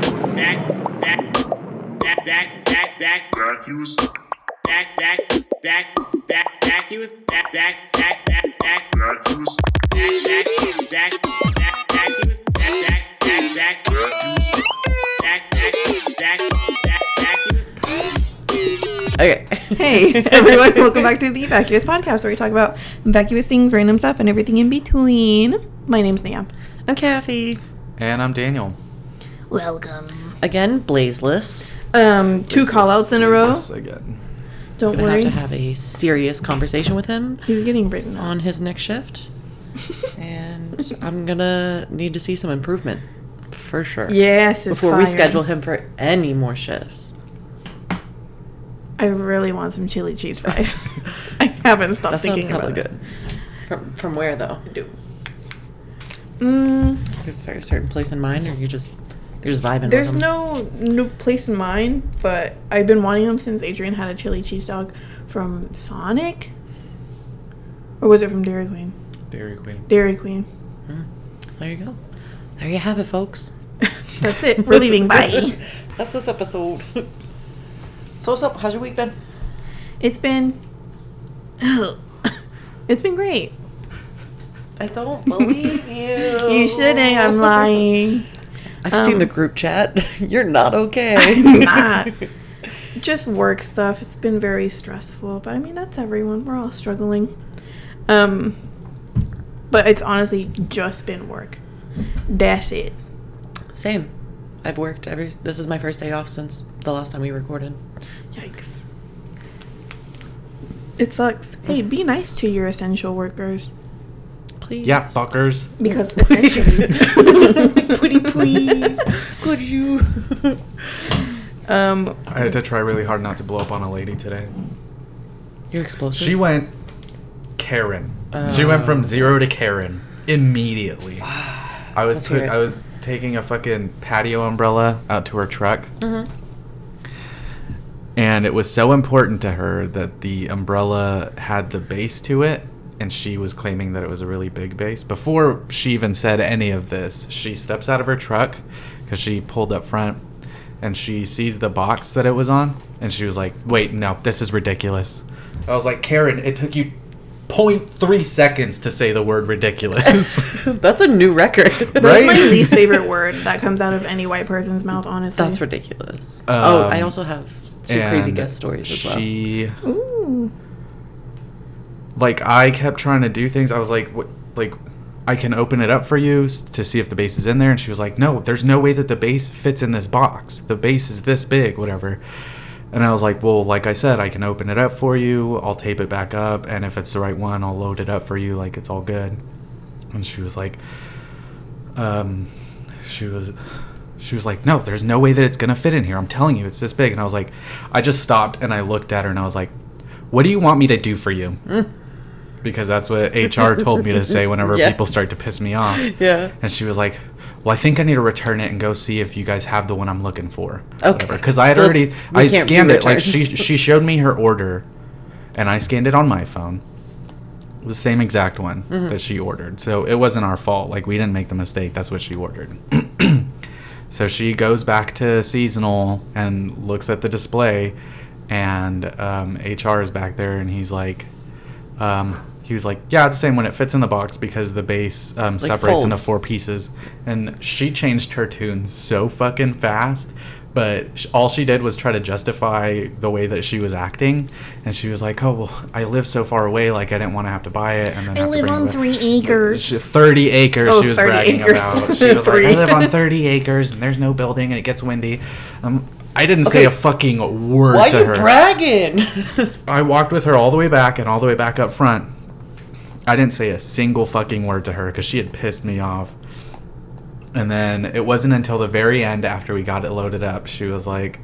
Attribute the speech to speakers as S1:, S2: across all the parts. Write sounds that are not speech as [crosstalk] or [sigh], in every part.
S1: back, back, back, back, back, back,
S2: vacuous,
S1: back, back, back, back, back. He was back, back, back, back, back,
S2: vacuous,
S1: back, back, back, back, back. He was back, back, back, back,
S2: vacuous,
S1: back, back, back, back, back. He was.
S3: Okay.
S4: Hey, [laughs] everyone, welcome back to the Vacuous Podcast, where we talk about vacuous things, random stuff, and everything in between. My name's Nam.
S3: I'm Kathy.
S5: And I'm Daniel.
S4: Welcome.
S3: Again, blazeless.
S4: Um, two call outs in a row.
S5: Yes, again.
S4: Don't
S3: Gonna have to
S4: worry.
S3: have a serious conversation with him
S4: He's getting written up.
S3: on his next
S4: [laughs]
S3: shift. And I'm gonna need to see some improvement. For sure.
S4: Yes, it's
S3: Before we
S4: fire.
S3: schedule him for any more shifts.
S4: I really want some
S3: [laughs]
S4: chili cheese fries. [laughs] I haven't stopped
S3: That sounds
S4: thinking about
S3: hella
S4: it.
S3: good. From, from where though?
S4: Mm,
S3: Is there a certain place in mind, or you just you're just vibing?
S4: there's
S3: with him?
S4: no no place in mind, but I've been wanting them since Adrian had a chili cheese dog from Sonic, or was it from Dairy Queen?
S5: Dairy Queen.
S4: Dairy Queen.
S3: There you go. There you have it, folks.
S4: That's it.
S3: [laughs]
S4: We're leaving. Bye.
S3: That's this episode. [laughs] so what's up? How's your week been?
S4: It's been. [laughs] It's been great.
S3: I don't believe [laughs] you.
S4: You shouldn't. I'm [laughs] lying. Um,
S3: I've seen the group chat. [laughs] You're not okay.
S4: I'm [laughs] not. Just work stuff. It's been very stressful, but I mean that's everyone. We're all struggling. Um, but it's honestly just been work. That's it.
S3: Same. I've worked every. This is my first day off since the last time we recorded.
S4: Yikes. It sucks. Hey, be nice to your essential workers
S3: Please.
S5: Yeah, fuckers.
S4: because essentially,
S3: Pretty please. Could you?
S4: um,
S5: I had to try really hard not to blow up on a lady today.
S3: You're explosive. [laughs]
S5: She went Karen. she went from zero to Karen immediately. I was
S3: Let's hear
S5: took-
S3: it.
S5: I was taking a fucking patio umbrella out to her truck. And it was so important to her that the umbrella had the base to it, and she was claiming that it was a really big base. Before she even said any of this, she steps out of her truck because she pulled up front and she sees the box that it was on, and she was like, Wait, no, this is ridiculous. I was like, Karen, it took you 0.3 seconds to say the word ridiculous.
S3: That's a new record.
S4: [laughs] that's
S5: Right?
S4: my least favorite word that comes out of any white person's mouth.
S3: [laughs]
S4: Honestly,
S3: That's ridiculous. oh, I
S5: Um,
S3: also have two crazy
S5: And
S3: guest stories as well.
S5: She, like, I kept trying to do things. I was like, what, like, I can open it up for you s- to see if the base is in there. And she was like, no, there's no way that the base fits in this box. The base is this big, whatever. And I was like, well, like I said, I can open it up for you. I'll tape it back up. And if it's the right one, I'll load it up for you. Like, it's all good. And she was like, um, she was she was like no there's no way that it's gonna fit in here i'm telling you it's this big and i was like i just stopped and i looked at her and i was like what do you want me to do for you because that's what hr told me to say whenever
S3: Yeah.
S5: people start to piss me off
S3: Yeah.
S5: and she was like well i think i need to return it and go see if you guys have the one i'm looking for
S3: Okay.
S5: because i had
S3: Let's-
S5: already
S3: we
S5: i had
S3: can't do
S5: scanned it like she
S3: returns.
S5: she showed me her order and i scanned it on my phone the same exact one
S3: Mm-hmm.
S5: that she ordered. So it wasn't our fault. Like we didn't make the mistake. That's what she ordered. [clears throat] so she goes back to seasonal and looks at the display, and um, HR is back there, and he's like, um, he was like, yeah, it's the same when it fits in the box because the base um, separates into
S3: folds.
S5: four pieces. And she changed her tune so fucking fast. But sh- all she did was try to justify the way that she was acting. And she was like, oh, well, I live so far away, like, I didn't want to have to buy it. And then
S4: I
S5: have to
S4: live
S5: bring it
S4: on
S5: with-
S4: three acres.
S5: She- 30 acres
S4: Oh,
S5: she was
S4: 30
S5: bragging
S4: acres.
S5: about. She was like,
S4: Three.
S5: I live on 30 acres and there's no building and it gets windy. Um, I didn't
S3: Okay.
S5: say a fucking word
S3: Why
S5: to
S3: you
S5: her.
S3: bragging?
S5: I walked with her all the way back and all the way back up front. I didn't say a single fucking word to her because she had pissed me off. And then it wasn't until the very end after we got it loaded up, she was like,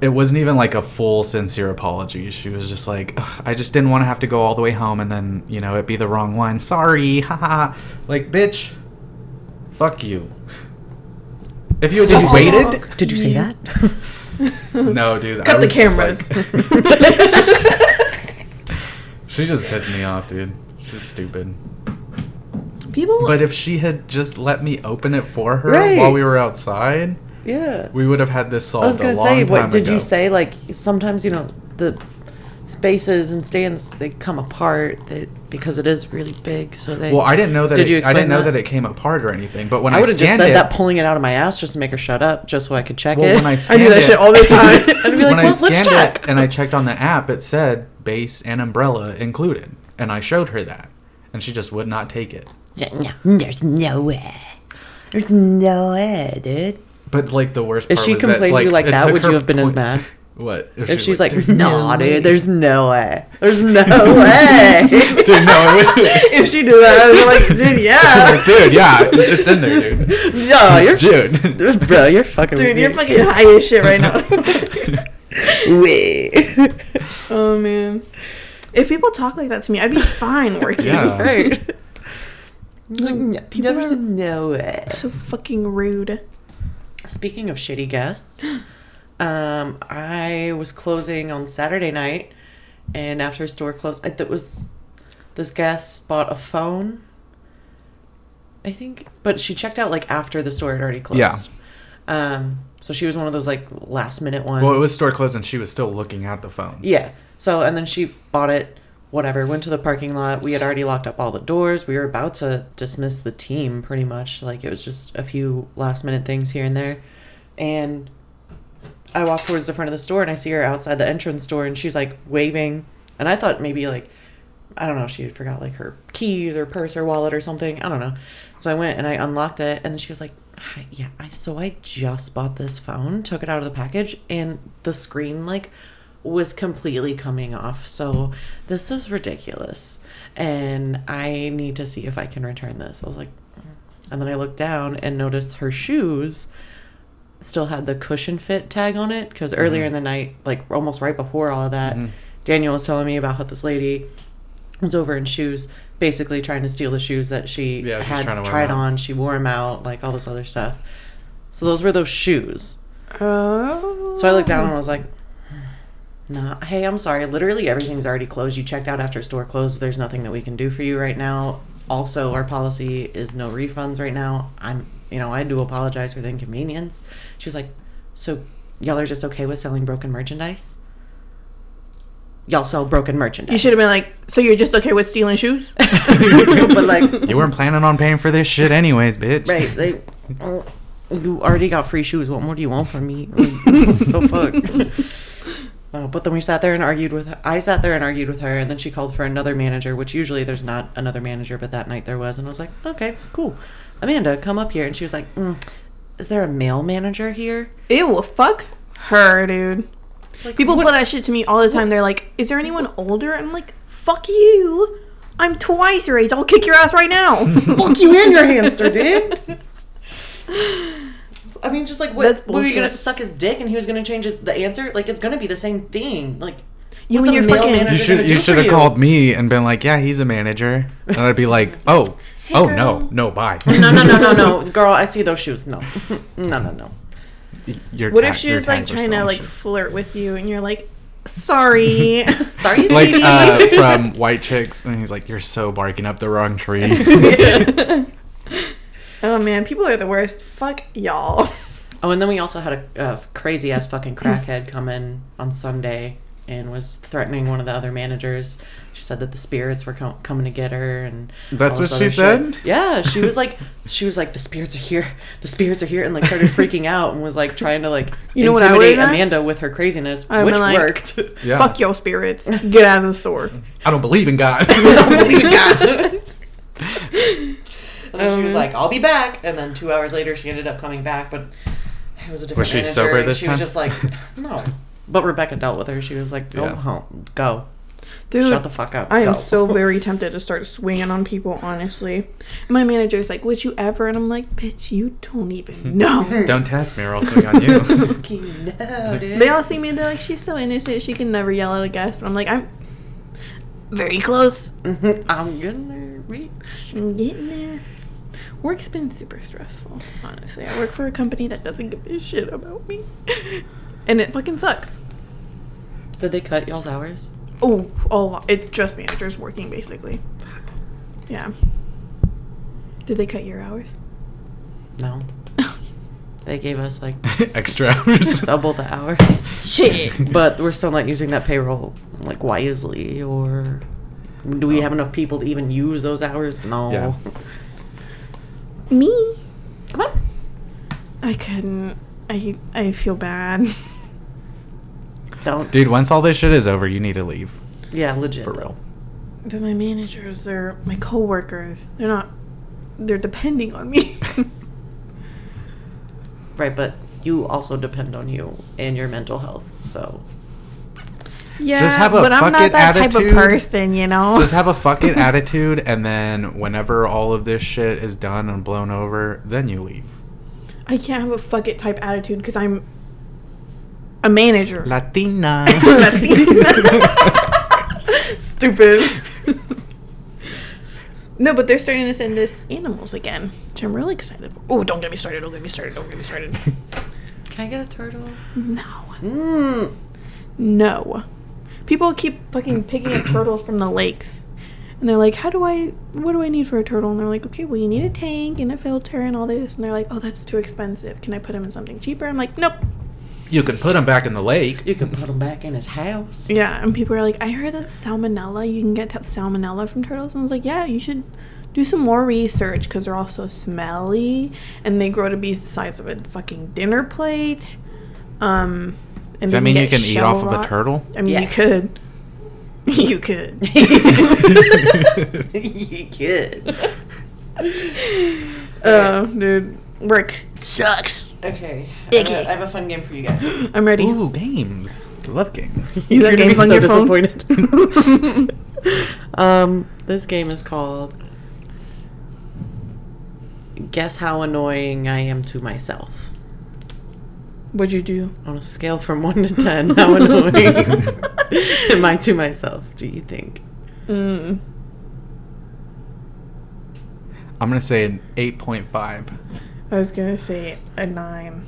S5: it wasn't even like a full sincere apology. She was just like, "Ugh, I just didn't want to have to go all the way home and then, you know, it be the wrong one. Sorry, [laughs] haha. Like, bitch, fuck you. If you had just waited,
S3: Did you say that?
S5: no, dude. I
S4: Cut the
S5: was just like- [laughs]
S4: cameras.
S3: [laughs]
S5: she just pissed me off, dude. She's stupid.
S4: People
S5: But if she had just let me open it for her
S3: Right.
S5: while we were outside,
S3: Yeah.
S5: We would have had this solved
S3: I was gonna
S5: a long
S3: say,
S5: time
S3: what did
S5: ago.
S3: you say? Like sometimes you know the spaces and stands they come apart that because it is really big. So they.
S5: Well, I didn't know that. it,
S3: Did you
S5: I didn't
S3: explain
S5: know
S3: that?
S5: that it came apart or anything. But when I,
S3: I would have just
S5: scanned
S3: said
S5: it,
S3: that, pulling it out of my ass just to make her shut up, just so I could check
S5: Well,
S3: it. [laughs]
S5: when I
S4: I
S5: scanned
S4: do that
S5: it,
S4: shit all the time.
S5: [laughs]
S3: I'd be like,
S5: when I
S3: well, let's
S5: scanned
S3: check.
S5: it and I checked on the app, it said base and umbrella included, and I showed her that, and she just would not take it.
S3: Yeah, no, there's no way. There's no way, dude.
S5: But like the worst part
S3: If she
S5: was that,
S3: complained to
S5: like,
S3: you like
S5: it
S3: that,
S5: took
S3: would you
S5: her
S3: have been as
S5: point-
S3: mad?
S5: [laughs] What
S3: If she's like,
S5: "There's
S3: nah,
S5: no way."
S3: dude, there's no way. There's no [laughs] way.
S5: [laughs] dude, no, it was-
S4: if she did that, I'd be like, dude,
S5: I [laughs] was like,
S4: yeah.
S5: dude, yeah, it's in there, dude.
S3: [laughs] no, Oh, you're.
S5: Dude,
S3: Bro, [laughs] you're fucking.
S4: Dude,
S3: with [laughs]
S4: you're
S3: me.
S4: fucking high as shit
S3: [laughs]
S4: right now. [laughs]
S3: Wait.
S4: oh man. If people talk like that to me, I'd be fine working.
S5: Yeah.
S3: right. Like,
S4: people
S3: people
S4: are-
S3: know it.
S4: [laughs] So fucking rude.
S3: Speaking of shitty
S4: [gasps]
S3: guests, um, I was closing on Saturday night, and after store closed, I, that was this guest bought a phone. I think, but she checked out like after the store had already closed.
S5: Yeah.
S3: Um, so she was one of those like last minute
S5: [laughs]
S3: ones.
S5: well, it
S3: [laughs]
S5: was store closed, and she was still looking at the phone.
S3: Yeah. So and then she bought it. Whatever. Went to the parking lot. We had already locked up all the doors. We were about to dismiss the team, pretty much. Like it was just a few last minute things here and there. And I walk towards the front of the store and I see her outside the entrance door and she's like waving. And I thought maybe like I don't know, she had forgot like her keys or purse or wallet or something. I don't know. So I went and I unlocked it and then she was like, "Hi, "Yeah, I so I just bought this phone, took it out of the package and the screen like was completely coming off. So this is ridiculous and I need to see if I can return this." I was like, "Mm." and then I looked down and noticed her shoes still had the cushion fit tag on it because earlier
S5: Mm-hmm.
S3: in the night, like almost right before all of that, Daniel was telling me about how this lady was over in shoes, basically trying to steal the shoes that she
S5: Yeah, she's
S3: had
S5: trying to wear 'em
S3: tried
S5: out.
S3: on. She wore them out, like all this other stuff. So those were those shoes.
S4: Oh.
S3: So I looked down and I was like, nah, hey, I'm sorry. Literally everything's already closed. You checked out after store closed. There's nothing that we can do for you right now. Also, our policy is no refunds right now. I'm, you know, I do apologize for the inconvenience. She was like, so y'all are just okay with selling broken merchandise? Y'all sell broken merchandise.
S4: You should have been like, so you're just okay with
S3: [laughs]
S4: stealing shoes?
S3: but like,
S5: You weren't planning on paying for this shit, anyways, bitch. [laughs]
S3: Right. They, oh, you already got free shoes. What more do you want from me? [laughs] the fuck.
S4: [laughs]
S3: Uh, but then we sat there and argued with. I sat there and argued with her, and then she called for another manager, which usually there's not another manager, but that night there was, and I was like, okay, cool. Amanda, come up here, and she was like, mm, is there a male manager here?
S4: Ew, fuck her, dude.
S3: It's like,
S4: People
S3: what-
S4: put that shit to me all the time. They're like, is there anyone older? I'm like, fuck you. I'm twice your age. I'll kick your ass right now.
S3: [laughs] fuck you and
S4: [laughs]
S3: your hamster, dude. I mean, just like what,
S4: That's
S3: what were you gonna
S4: bullshit.
S3: suck his dick, and he was gonna change his, the answer? Like it's gonna be the same thing. Like
S4: You
S3: what's
S4: and
S3: a
S4: your
S3: male
S4: fucking-
S3: manager
S5: You
S3: gonna
S5: should you
S3: do
S5: should
S3: for
S5: have
S3: you?
S5: called me and been like, yeah, he's a manager, and I'd be like, oh, oh no,
S4: girl."
S5: no, bye.
S3: No, no, no, no,
S4: [laughs]
S3: no, girl. I see those shoes. No, [laughs] no, no, no.
S5: [laughs] Your
S4: what if
S5: tax-
S4: she
S5: your
S4: was like
S5: tags are
S4: trying
S5: so
S4: to
S5: much
S4: like
S5: shit.
S4: [laughs] flirt with you and you're like,
S3: [laughs]
S4: sorry. [laughs]
S3: Sorry,
S5: like
S3: sweetie.
S5: uh, [laughs] from White Chicks, and he's like, "You're so barking up the wrong tree." [laughs]
S4: oh man, people are the worst. Fuck y'all.
S3: oh, and then we also had a uh, crazy ass fucking crackhead come in on Sunday and was threatening one of the other managers. She said that the spirits were com- coming to get her, and all
S5: That's
S3: this
S5: what she
S3: other shit.
S5: said?
S3: Yeah, she was
S5: [laughs]
S3: like, she was like, the spirits are here, the spirits are here, and like started freaking out and was like trying to like
S4: [laughs] You know what I would've
S3: intimidate
S4: done?
S3: Amanda with her craziness,
S4: I'd've
S3: which
S4: been like-
S3: worked. [laughs]
S5: Yeah.
S4: [laughs] Fuck your spirits. Get out of the store. [laughs]
S5: I don't believe in God. [laughs]
S3: And then she
S4: um,
S3: was like, "I'll be back," and then two hours later, she ended up coming back, but it was a different.
S5: Was she
S3: manager,
S5: sober
S3: and
S5: this
S3: she
S5: time?
S3: was just like, "No."
S5: [laughs]
S3: But Rebecca dealt with her. She was like, "Go
S5: Yeah.
S3: home, go,
S4: Dude,
S3: shut the fuck up."
S4: I am
S3: go."
S4: so very tempted to start swinging on people, honestly. My manager's like, would you ever? And I'm like, bitch, you
S3: [laughs]
S4: don't even know.
S5: don't test me, or I'll swing on you. [laughs]
S3: fucking no, dude.
S4: [laughs] they all see me, they're like, she's so innocent, she can never yell at a guest. But I'm like, I'm very close.
S3: I'm gonna read.
S4: I'm getting there. Work's been super stressful, honestly. I work for a company that doesn't give a shit about me. [laughs] and it fucking sucks.
S3: Did they cut y'all's hours?
S4: Oh, oh, it's just managers working, basically.
S3: [laughs]
S4: Yeah. Did they cut your hours?
S3: No. They gave us like
S5: Extra
S3: [laughs]
S5: hours.
S3: double the hours.
S4: Shit.
S3: But we're still not using that payroll like wisely or do we have enough people to even use those hours? No.
S5: Yeah.
S4: Me.
S3: Come on.
S4: I couldn't. I I feel bad. [laughs]
S3: Don't.
S5: Dude, once all this shit is over, you need to leave.
S3: yeah, legit.
S5: For
S3: though.
S5: real.
S4: But my managers, they're my coworkers. They're not. They're depending on me. [laughs]
S3: Right, but you also depend on you and your mental health. So,
S4: yeah,
S5: Just have a
S4: but I'm
S5: fuck
S4: not
S5: it
S4: that type of
S5: attitude.
S4: person, you know.
S5: Just have a fucking attitude, and then whenever all of this shit is done and blown over, then you leave.
S4: I can't have a fuck it type attitude because I'm a manager.
S5: [laughs] Latina.
S4: [laughs] Stupid. no, but they're starting to send us animals again, which I'm really excited for. Oh, don't get me started. Don't get me started. Don't get me started.
S3: can I get a turtle?
S4: No.
S3: Mm.
S4: No. People keep fucking picking up turtles from the lakes. And they're like, how do I, what do I need for a turtle? And they're like, okay, well, you need a tank and a filter and all this. And they're like, oh, that's too expensive. Can I put them in something cheaper? I'm like, nope.
S5: you can put him back in the lake.
S3: You can put him back in his house.
S4: Yeah. And people are like, I heard that salmonella, you can get t- salmonella from turtles. And I was like, yeah, you should do some more research because they're all so smelly and they grow to be the size of a fucking dinner plate. Um, and
S5: Does
S4: they
S5: that mean you
S4: get
S5: can eat
S4: shell
S5: off of
S4: rot.
S5: a turtle?
S4: I mean,
S3: Yes.
S4: you could. [laughs]
S5: [laughs]
S4: You could.
S3: [laughs] you could.
S4: Oh, dude. Work. Sucks.
S3: Okay.
S4: Icky.
S3: I have a fun game for you guys.
S4: I'm ready.
S5: Ooh, games. I love games.
S4: You got games on your phone?
S3: um, this game is called Guess How Annoying I Am to Myself.
S4: What'd
S5: [laughs]
S4: you do?
S3: On a scale from 1 to 10, how annoying am I to myself, do you think? [sighs]
S4: Mm.
S5: I'm going to say an 8.5.
S4: I was gonna say a nine.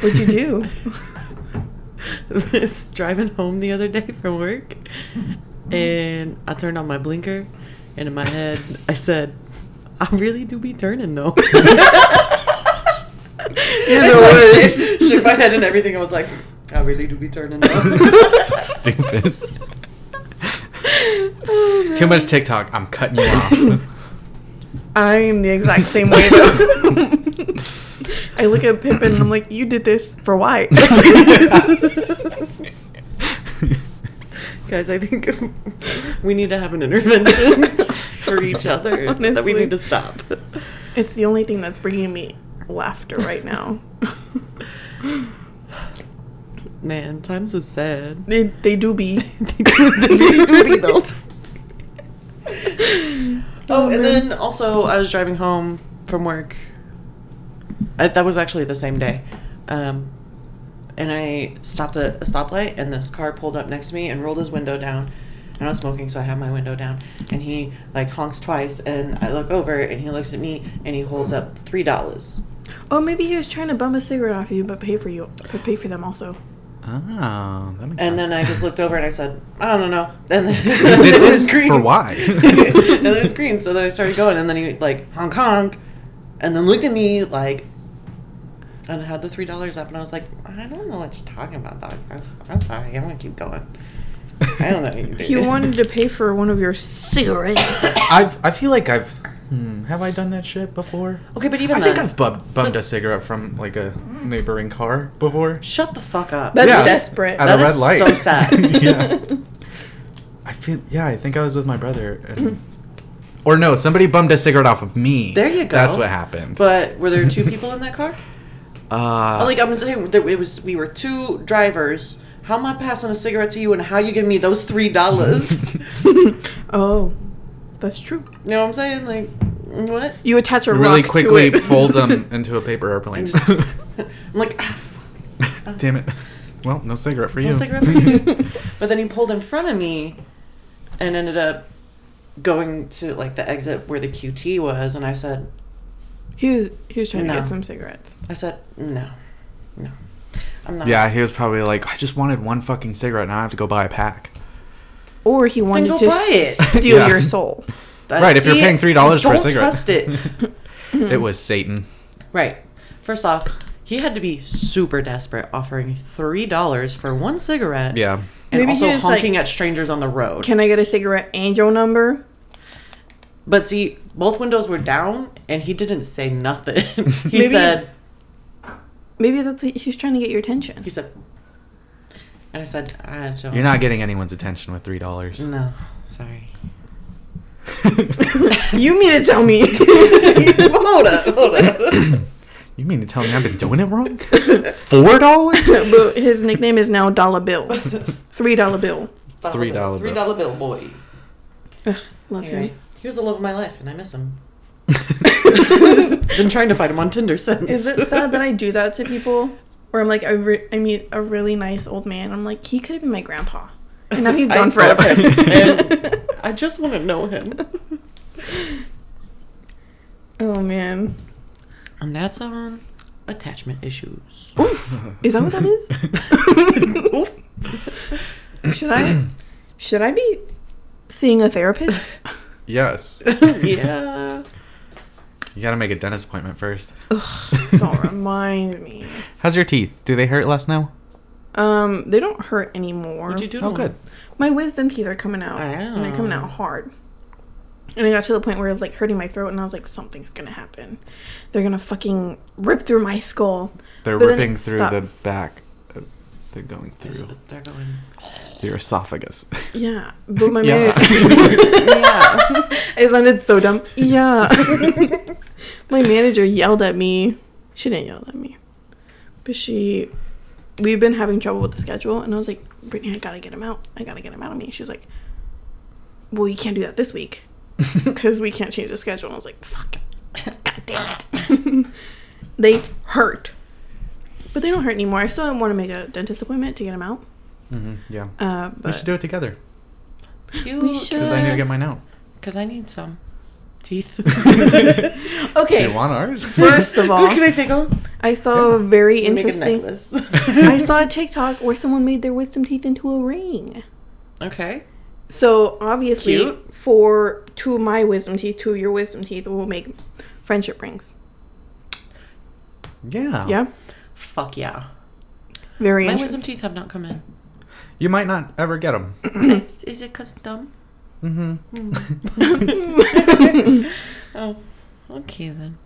S4: What'd you
S5: [laughs]
S4: do?
S3: was driving home the other day from work and I turned on my blinker and in my head I said, I really do be turning though. I shook- shook
S4: [laughs]
S3: my head and everything. I was like, I really do be turning though.
S4: [laughs]
S5: Stupid. Too much TikTok. I'm cutting you off.
S4: I am the exact [laughs] same way
S5: [laughs]
S4: though. I look at Pippin and I'm like, you did this for why? [laughs]
S3: Guys, I think we need to have an intervention for each other that we
S4: Honestly.
S3: need to stop.
S4: it's the only thing that's bringing me laughter right now.
S3: Man, times is sad.
S4: they, they do be. [laughs]
S5: [laughs]
S3: Oh, and then also I was driving home from work. I, that was actually the same day, um, and I stopped at a stoplight, and this car pulled up next to me and rolled his window down. And I was smoking, so I had my window down, and he like honks twice, and I look over, and he looks at me, and he holds up three dollars.
S4: Oh, maybe he was trying to bum a cigarette off you, but pay for you, but pay for them also.
S5: oh, that makes
S3: And then I just looked over and I said, I don't know. And
S5: [laughs]
S3: then
S5: You
S3: [laughs]
S5: did
S3: it was
S5: this
S3: green.
S5: for why?
S3: [laughs] and then it was green. So then I started going. And then he, like, Hong Kong. And then looked at me, like, and had the $3 up. And I was like, I don't know what you're talking about, dog. I'm, s- I'm sorry. I'm going to keep going. I don't know.
S5: [laughs]
S3: what you did.
S4: You wanted to pay for one of your cigarettes.
S5: I've, I feel like I've. Hmm, have I done that shit before?
S3: Okay, but even
S5: I think
S3: then-
S5: I've bum- bummed a cigarette from like a neighboring car before.
S3: Shut the fuck up.
S4: That's
S5: Yeah.
S4: desperate.
S5: At
S3: That
S5: a red
S3: is
S5: light. [laughs]
S3: so sad.
S5: yeah. I feel. Yeah, I think I was with my brother.
S3: [clears throat]
S5: And, or no, somebody bummed a cigarette off of me.
S3: There you go.
S5: That's what happened.
S3: but were there two people in that car?
S5: uh,
S3: Like, I'm saying, there, it was, we were two drivers. How am I passing a cigarette to you and how you give me those
S5: [laughs]
S3: $3?
S4: Oh, that's true.
S3: You know what I'm saying? Like, what? [laughs]
S4: You attach a
S5: really
S4: rock
S5: quickly
S4: to it.
S5: folds them into a paper airplane.
S3: I'm like, ah,
S5: [laughs]
S3: [laughs]
S5: Damn it. Well, no cigarette for you.
S3: cigarette for you. but then he pulled in front of me and ended up going to like the exit where the QT was. And I said,
S4: [laughs] he was he was trying
S3: No.
S4: to get some cigarettes.
S3: I said, no, no, I'm
S5: [laughs]
S3: not.
S5: yeah, he was probably like, I just wanted one fucking cigarette. Now I have to go buy a pack.
S4: Or he wanted
S3: go
S4: to
S3: buy it.
S4: [laughs] steal
S5: Yeah.
S4: your soul.
S3: That-
S5: Right, if you're
S3: see
S5: paying [laughs]
S3: it?
S5: $3 for a
S3: Don't
S5: cigarette.
S3: trust it.
S5: It was Satan.
S3: right. First off, he had to be super desperate, offering three dollars for one cigarette.
S5: Yeah.
S3: and
S4: Maybe he
S3: also
S4: was like-
S3: honking at strangers on the road.
S4: Can I get a cigarette and your number?
S3: But see, both windows were down, and he didn't say nothing. [laughs] he
S4: Maybe-
S3: said,
S4: Maybe that's what she's trying to get your attention.
S3: he said, and I said, I don't.
S5: You're not getting anyone's attention with three dollars.
S4: [laughs]
S3: No, sorry.
S4: [laughs]
S3: [laughs]
S4: You mean to tell [laughs] me?
S3: hold up, hold up.
S5: You mean to tell me I've been doing it wrong? Four dollars?
S4: but his nickname is now Dollar [laughs] Bill. Three Dollar Bill.
S5: Three dollar
S3: three
S5: bill.
S3: dollar bill boy.
S4: Ugh, love
S3: Anyway,
S4: him.
S3: he was the love of my life, and I miss him.
S4: [laughs]
S3: Been trying to find him on Tinder since.
S4: Is it
S3: [laughs]
S4: sad that I do that to people? Where I'm like, I, re- I meet a really nice old man. I'm like, he could have been my grandpa. And now he's
S3: I
S4: gone
S3: love
S4: forever. [laughs]
S3: him, and I just want to know him.
S4: oh, man.
S3: And that's on attachment
S4: [laughs]
S3: issues.
S4: Is that what that
S3: [laughs]
S4: is? should I should I be seeing a
S3: [laughs]
S4: therapist?
S5: [laughs]
S4: [laughs]
S5: yes.
S3: yeah.
S5: You gotta make a dentist appointment first.
S4: Don't remind me.
S5: How's your teeth? Do they hurt less now?
S4: Um, they don't hurt anymore.
S3: What'd you do? to
S5: Oh,
S3: him?
S5: good.
S4: My wisdom teeth are coming out, and they're coming
S5: Oh.
S4: out hard. And I got to the point where it was like hurting my throat, and I was like, something's gonna happen. They're gonna fucking rip through my skull.
S5: They're
S4: But then
S5: ripping
S4: it
S5: through
S4: stopped.
S5: the back. Uh, They're going through
S3: They're going.
S5: your
S4: [laughs]
S5: esophagus. [laughs]
S4: Yeah, but my
S5: Yeah. [laughs]
S4: manager.
S3: Yeah.
S4: it sounded so dumb. Yeah, [laughs] my manager yelled at me. She didn't yell at me, but she. We've been having trouble with the schedule, and I was like, Brittany, I gotta get him out. I gotta get him out of me. She was like, Well, you can't do that this week
S5: [laughs]
S4: because we can't change the schedule. And I was like, Fuck, god damn it. [laughs] they hurt, but they don't hurt anymore. I still want to make a dentist appointment to get him out.
S5: hmm yeah.
S4: Uh,
S5: we
S4: but
S5: should do it together.
S3: Cute.
S5: Because I need to get mine out.
S3: Because I need some teeth.
S5: Do
S4: okay.
S5: you want ours?
S4: [laughs] First of all,
S3: Who can I take home?
S4: I saw a very
S3: Make a
S4: interesting.
S3: necklace.
S4: I saw a TikTok where someone made their wisdom teeth into a ring.
S3: [laughs] okay.
S4: So obviously,
S3: Cute.
S4: for two of my wisdom teeth, two of your wisdom teeth will make friendship rings.
S5: [laughs] Yeah.
S4: Yeah,
S3: Fuck yeah.
S4: very
S3: My
S4: interesting.
S3: wisdom teeth have not come in.
S5: You might not ever get them.
S3: it's, is it because dumb?
S5: Mm-hmm.
S4: [laughs]
S3: Oh, okay then.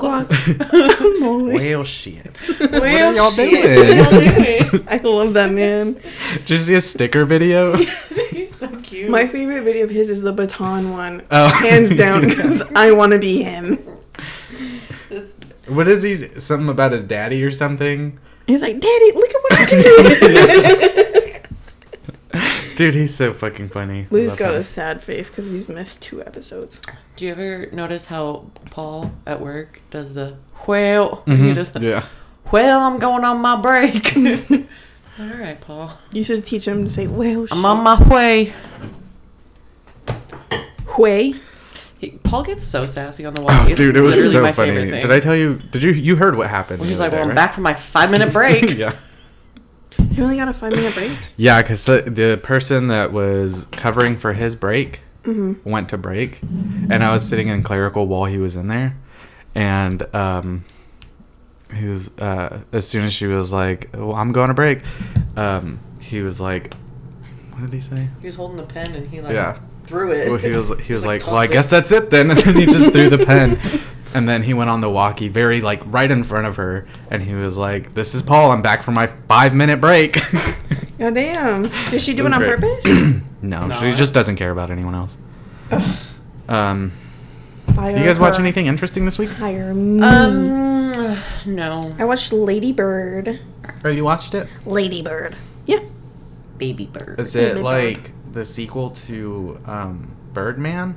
S5: [laughs]
S4: [laughs] Guacamole.
S5: Well, shit.
S3: well,
S5: y'all
S3: shit.
S5: doing?
S3: What
S5: [laughs]
S3: y'all doing?
S4: I love that man.
S5: Did you see a sticker video?
S3: He's so cute.
S4: My favorite video of his is the baton one,
S5: Oh. [laughs]
S4: hands down, because I want to be him.
S3: It's-
S5: What is he? Something about his daddy or something?
S4: He's like, Daddy, look at what I can do.
S5: [laughs] Dude, he's so fucking funny. I
S4: Lou's
S5: love
S4: got
S5: him.
S4: a sad face because he's missed two episodes.
S3: Do you ever notice how Paul at work does the well? [laughs] He does the,
S5: Mm-hmm. Yeah.
S3: Well, I'm going on my break. All right, Paul.
S4: You should teach him to say, well,
S3: I'm on my way.
S4: Way.
S3: He, Paul gets so sassy on the walk.
S5: Oh,
S3: It's
S5: dude, it was
S3: literally
S5: so
S3: my
S5: funny.
S3: favorite thing.
S5: Did I tell you? Did you? You heard what happened?
S3: He's
S5: the
S3: like,
S5: other
S3: well, I'm
S5: day,
S3: back from my
S5: [laughs]
S3: five minute break.
S5: right? yeah.
S4: You only got a five minute [laughs] break?
S5: Yeah, because the person that was covering for his break went to break, and I was sitting in clerical while he was in there, and um, he was uh, as soon as she was like, "Well, I'm going to break," um, he was like, "What did he say?"
S3: He was holding the pen and he like
S5: Yeah.
S3: threw it.
S5: Well, he was he was like, "Well, I
S3: tossed it.
S5: guess that's it then," [laughs] and then he just threw the pen. And then he went on the walkie, very like right in front of her, and he was like, "This is Paul. I'm back from my five minute break." [laughs]
S4: God Oh, damn. Did she do it
S5: That's great.
S4: on
S5: [clears throat]
S4: purpose?
S5: No,
S3: No,
S5: she
S3: I-
S5: just doesn't care about anyone [sighs] else. um,
S4: Fire
S5: you guys watch
S4: her.
S5: anything interesting this week?
S4: Hire me.
S3: Um, no,
S4: I watched Lady Bird.
S5: Or Oh, you watched it?
S4: Lady Bird. Yeah.
S3: baby bird.
S5: Is
S4: Baby
S5: it
S4: Bird.
S5: like the sequel to um, Birdman?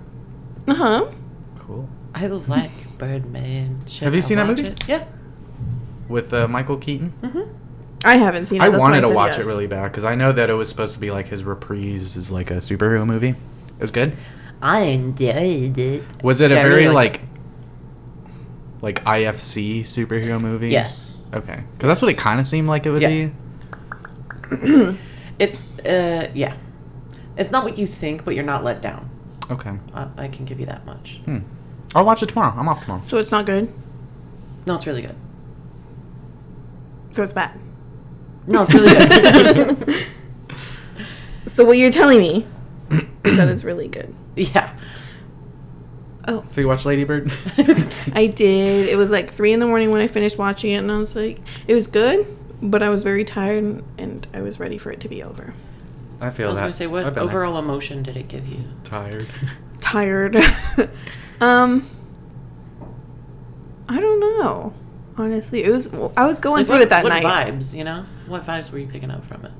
S4: Uh huh.
S5: Cool.
S3: I like Birdman. Should
S5: Have you
S3: I
S5: seen that
S3: watch
S5: movie?
S3: it? Yeah.
S5: With uh, Michael Keaton?
S4: I haven't seen it.
S5: I
S4: that's why
S5: wanted to
S4: said
S5: watch
S4: yes.
S5: it really bad because I know that it was supposed to be like his reprise is like a superhero movie. It was good.
S3: I enjoyed it.
S5: Was it a
S3: Yeah, I
S5: very
S3: really
S5: like, like IFC superhero movie?
S3: Yes.
S5: Okay. Because that's what it kind of seemed like it would
S3: Yeah.
S5: be.
S3: It's uh yeah, it's not what you think, but you're not let down.
S5: Okay.
S3: I, I can give you that much.
S5: Hmm. I'll watch it tomorrow. I'm off tomorrow.
S4: So it's not good.
S3: No, it's really good.
S4: So
S5: [laughs]
S4: it's bad.
S3: No, it's really good. [laughs]
S4: So what you're telling me is that it's really good.
S3: yeah.
S4: [clears throat]
S3: [laughs]
S4: Oh,
S5: So you watch Ladybird?
S4: I did. It was like three in the morning when I finished watching it, and I was like, it was good, but I was very tired and, and I was ready for it to be over.
S5: [laughs] I feel
S3: I was
S5: that.
S3: going to say,
S5: I've
S3: what
S5: been there.
S3: overall emotion did it give you?
S5: tired.
S4: Tired. [laughs] um, I don't know. Honestly, it was. I was going
S3: Like,
S4: through
S3: what,
S4: it that
S3: what
S4: night.
S3: vibes, you know? What vibes were you picking up from it?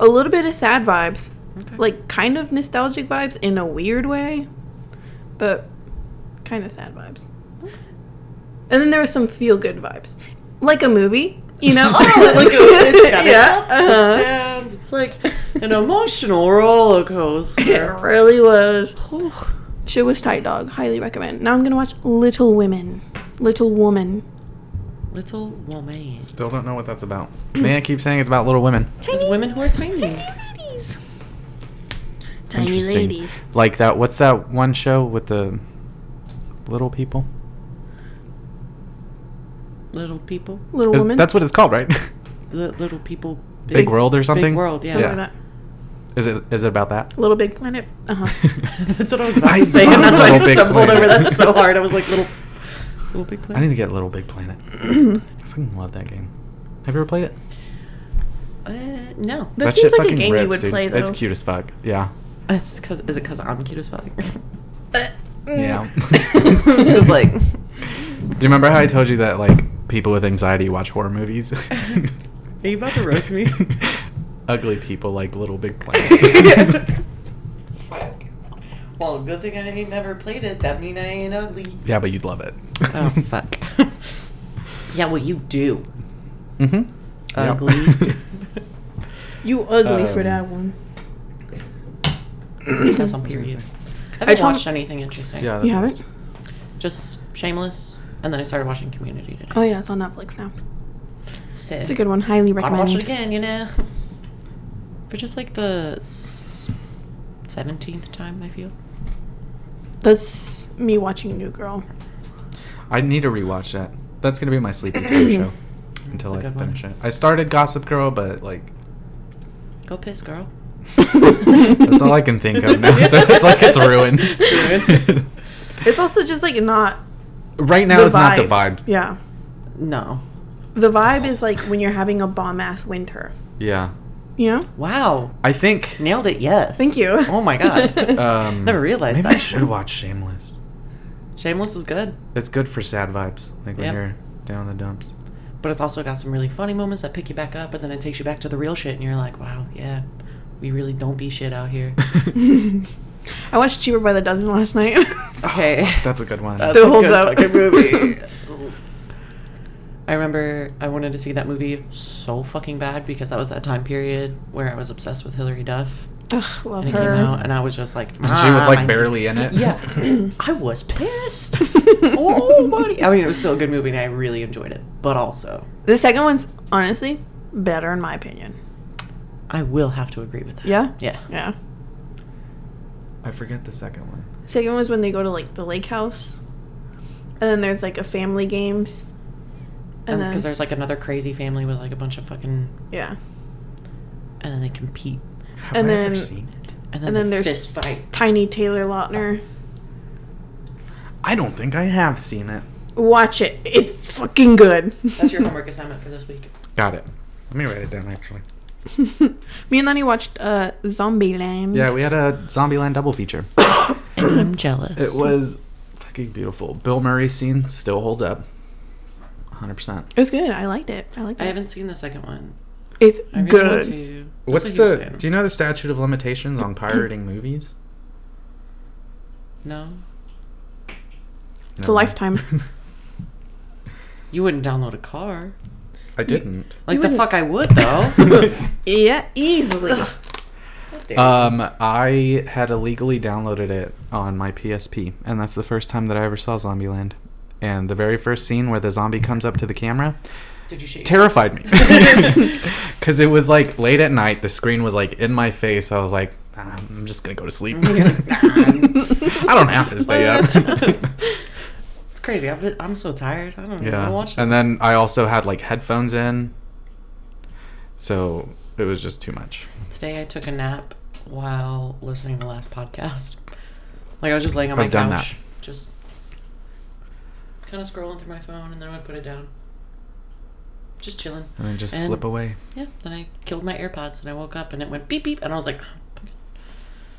S4: A little bit of sad vibes,
S3: Okay.
S4: like kind of nostalgic vibes in a weird way, but kind of sad vibes. And then there was some feel good vibes, like a movie, you know?
S3: [laughs] Like it was-
S4: [laughs]
S3: it's got its
S4: yeah,
S3: ups,
S4: uh-huh.
S3: its downs. It's like an emotional roller
S4: it [laughs]
S3: coaster.
S4: really was. Whew. Shit was tight, dog. Highly recommend. Now I'm gonna watch Little Women. Little Woman.
S3: Little
S5: [laughs]
S3: woman.
S5: Still don't know what that's about. Man, I keep saying it's about Little Women.
S3: It's women who are tiny.
S4: ladies.
S5: Tiny ladies. Like that. What's that one show with the little people?
S3: Little people.
S4: Little
S5: Is-
S4: Woman.
S5: That's what it's called, right? [laughs]
S3: Li- little people.
S5: Big, World or something.
S3: Big world, yeah.
S4: Something
S5: yeah.
S4: like that.
S5: Is it is it about [laughs] that?
S4: Little Big Planet.
S5: [laughs]
S4: Uh huh.
S3: [laughs] That's what I was about
S5: I
S3: to say, and that's why I
S5: love Big
S3: stumbled
S5: Planet.
S3: over that
S5: [laughs]
S3: so hard. I was like, little, little big
S5: I need
S3: planet.
S5: to get Little Big
S3: [clears throat]
S5: Planet. I fucking love that game. Have you ever played it?
S3: Uh, no,
S4: That
S5: that shit
S4: seems like a
S5: fucking
S4: game you
S5: rips,
S4: would
S5: dude.
S4: play,
S5: It's
S4: though.
S5: cute as fuck. Yeah.
S3: it's because is it because I'm cute
S5: [laughs]
S3: as fuck? [laughs]
S4: Uh, mm. [laughs]
S5: Yeah.
S3: It was like,
S5: Do you remember how I told you that like people with anxiety watch horror
S3: [laughs]
S5: movies? [laughs]
S3: are you about to roast me?
S5: Ugly people like Little
S3: [laughs]
S5: Big Planet.
S3: well, good thing I ain't never played it. That mean I ain't ugly.
S5: yeah, but you'd love it.
S3: Oh fuck. yeah, well you do.
S5: [laughs] Mm-hmm. [laughs]
S3: Ugly.
S4: you ugly for
S5: Um,
S4: that one.
S3: That's on period. I haven't
S4: told-
S3: watched anything interesting.
S5: yeah.
S4: You
S5: oh, that's-
S4: haven't?
S3: Just Shameless, and then I started watching Community today.
S4: Oh yeah, it's on Netflix now.
S3: So,
S4: It's a good one. Highly
S3: Gotta
S4: recommend.
S3: watch it again, you know. [laughs] For just like the seventeenth time, I feel.
S4: That's me watching New Girl.
S5: I need to rewatch that. That's gonna be my sleeping time [clears throat] show until I
S3: That's a good one.
S5: finish it. I started Gossip Girl, but like
S3: Go
S5: [laughs]
S3: piss, girl.
S5: that's
S4: [laughs]
S5: all I can think of now. [laughs] So it's like it's
S3: [laughs]
S5: ruined.
S4: It's also just like not
S5: right now,
S4: the
S5: it's not
S4: vibe.
S5: the vibe.
S4: Yeah,
S3: No.
S4: the vibe is like when you're having a bomb ass winter.
S5: Yeah,
S4: You know?
S3: Wow.
S5: I think
S3: Nailed it. Yes.
S4: Thank [laughs] you.
S3: Oh my
S4: [laughs]
S3: god.
S5: um,
S3: Never realized
S5: maybe I
S3: that.
S5: should watch Shameless.
S3: Shameless is good,
S5: It's good for sad vibes, like when
S3: Yep.
S5: you're down in the dumps.
S3: but it's also got some really funny moments that pick you back up, and then it takes you back to the real shit, and you're like, wow, yeah, we really don't be shit out
S5: [laughs]
S3: here.
S4: I watched Cheaper by the Dozen last night. [laughs]
S3: Okay.
S5: That's a good one.
S3: That's
S4: Still
S3: a
S4: holds
S3: good
S4: up.
S3: fucking movie. [laughs] I remember I wanted to see that movie so fucking bad because that was that time period where I was obsessed with Hilary Duff
S4: Ugh, love
S3: and it came out,
S4: her.
S3: and I was just like,
S5: and she was
S3: "Mom, I-"
S5: like barely in it.
S3: Ah,
S4: [laughs]
S3: yeah, I was pissed. oh, buddy. I mean, it was still a good movie, and I really enjoyed it. But also,
S4: The second one's honestly better in my opinion.
S3: I will have to agree with that.
S4: Yeah?
S3: yeah.
S4: Yeah.
S5: I forget the second one.
S4: Second one's when they go to like the lake house, and then there's like a family games, and, then
S3: Because there's like another crazy family with like a bunch of fucking,
S4: yeah,
S3: and then they compete,
S5: Have
S4: And
S5: I ever
S4: then-
S5: seen it?
S3: and then,
S4: And then
S3: they
S4: there's-
S3: fist fight.
S4: Tiny Taylor Lautner.
S5: I don't think I have seen it.
S4: Watch it. It's fucking good.
S3: That's your homework assignment for this
S4: [laughs]
S3: week.
S5: Got it. Let me write it down actually.
S4: Me and Lenny watched uh, Zombieland.
S5: Yeah, we had a Zombieland double feature.
S3: And I'm jealous.
S5: It was fucking beautiful. Bill Murray scene still holds up. 100%.
S4: it was good. I liked it. I liked
S3: I
S4: it.
S3: haven't seen the second one.
S4: it's
S3: I really want
S4: good.
S3: to. That's
S5: What's
S3: what he was
S5: the
S3: saying.
S5: Do you know the statute of limitations on pirating movies?
S3: [clears throat] no?
S4: It's
S5: [laughs]
S4: a lifetime.
S3: You wouldn't download a car.
S5: I didn't.
S3: Like
S4: You
S3: the
S4: wouldn't-
S3: fuck I would [laughs] though.
S4: [laughs] yeah, easily. Uh,
S5: Um I had illegally downloaded it on my PSP and that's the first time that I ever saw Zombieland. And the very first scene where the zombie comes up to the camera
S3: Did you shake?
S5: terrified me.
S3: [laughs]
S5: [laughs] Cuz it was like late at night, the screen was like in my face. I was like, "Ah, I'm [laughs]
S3: [laughs]
S5: just going to go to sleep. I don't have to stay up.
S3: What? [laughs] It's crazy. I've been, I'm so tired. I don't
S5: [laughs]
S3: even want
S5: Yeah.
S3: to watch.
S5: and then I also had like headphones in. So it was just too much.
S3: Today I took a nap while listening to last podcast. Like I was just laying on my
S5: I've done
S3: couch, just kind of scrolling through my phone, and then I would put it down, just chilling.
S5: And then just
S3: And-
S5: slip away.
S3: Yeah. Then I killed my AirPods, and I woke up, and it went beep beep, and I was like,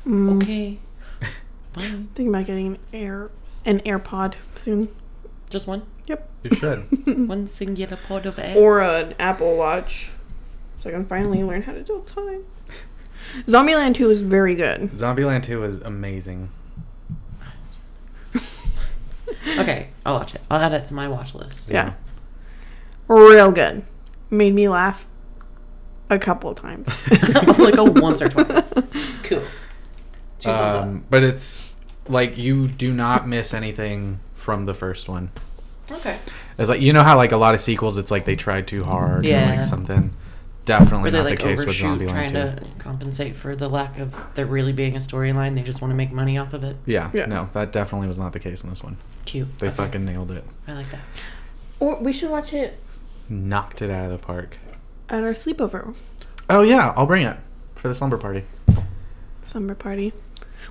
S4: Mm,
S3: okay, bye.
S4: Thinking about getting an air an AirPod soon.
S3: just one,
S5: You should.
S3: one singular pod of air.
S4: Mm. or an Apple Watch, so I can finally learn how to tell time. Zombieland 2 is very good.
S5: Zombieland 2 was amazing.
S3: okay, I'll watch it. I'll add it to my watch list. [laughs]
S4: Yeah. Real good. Made me laugh a couple of times.
S3: [laughs] like a once or
S4: [laughs]
S3: twice. Cool. Two thumbs up.
S5: Um, but it's like you do not miss anything from the first one.
S3: Okay.
S5: It's like you know how like a lot of sequels, it's like they try too hard and
S3: Yeah.
S5: like something. Definitely
S3: Where they
S5: not
S3: like
S5: the case with
S3: overshoot,
S5: Zombieland
S3: trying
S5: 2.
S3: to compensate for the lack of there really being a storyline. They just want to make money off of it.
S5: Yeah,
S4: Yeah.
S5: no, that definitely was not the case in this one.
S3: Cute.
S5: They
S3: Okay.
S5: fucking nailed it,
S3: I like that.
S4: or we should watch it
S5: knocked it out of the park.
S4: at our sleepover
S5: Oh yeah, I'll bring it for the slumber party.
S4: summer party.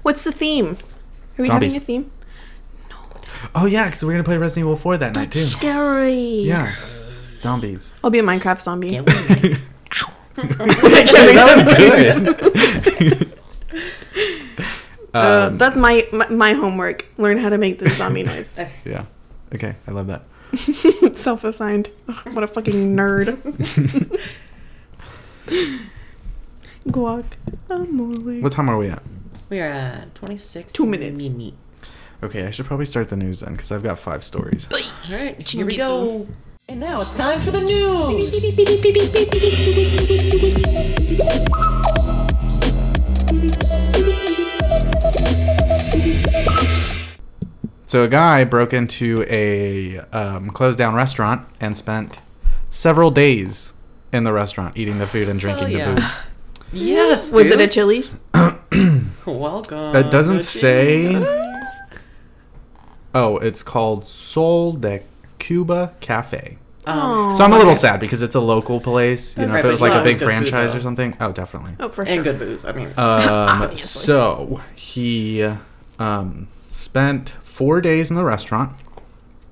S4: What's the theme? Are we
S5: Zombies.
S4: having a theme?
S5: Oh yeah, because we're gonna play Resident Evil 4 that night too.
S4: Scary.
S5: Yeah, zombies.
S3: [laughs]
S4: I'll be a Minecraft zombie.
S3: Yeah, we-
S4: [laughs]
S5: [laughs] that was
S3: [laughs]
S5: good. Um,
S4: Uh, that's my, my my homework. Learn how to make this zombie [laughs] noise.
S5: yeah. Okay, I love that.
S4: [laughs] Self-assigned. Ugh, what a fucking [laughs] nerd. Guac. Amole.
S5: What time are we at?
S3: we are at 26
S4: Two minutes.
S3: minute.
S5: Okay, I should probably start the news then because I've got five stories.
S3: All right, here we go. And now it's time for the news.
S5: So a guy broke into a um, closed down restaurant and spent several days in the restaurant eating the food and drinking
S3: Hell
S5: the
S3: yeah. [laughs]
S5: booze.
S3: Yes,
S4: Was it
S3: dude.
S4: a [laughs] Chili's?
S3: welcome?
S5: It doesn't
S3: to
S5: say.
S4: Um,
S3: Chile.
S5: Oh, it's called Sol de Cuba Cafe.
S3: Um,
S5: So I'm a little sad because it's a local place. You know, if
S3: Right,
S5: it
S3: but
S5: was like
S3: it's
S5: a big
S3: good food,
S5: franchise
S3: though.
S5: or something. Oh, definitely.
S4: Oh, for
S3: and
S4: sure.
S3: good booze. I mean,
S5: Um,
S4: [laughs] Obviously.
S5: so he um, spent four days in the restaurant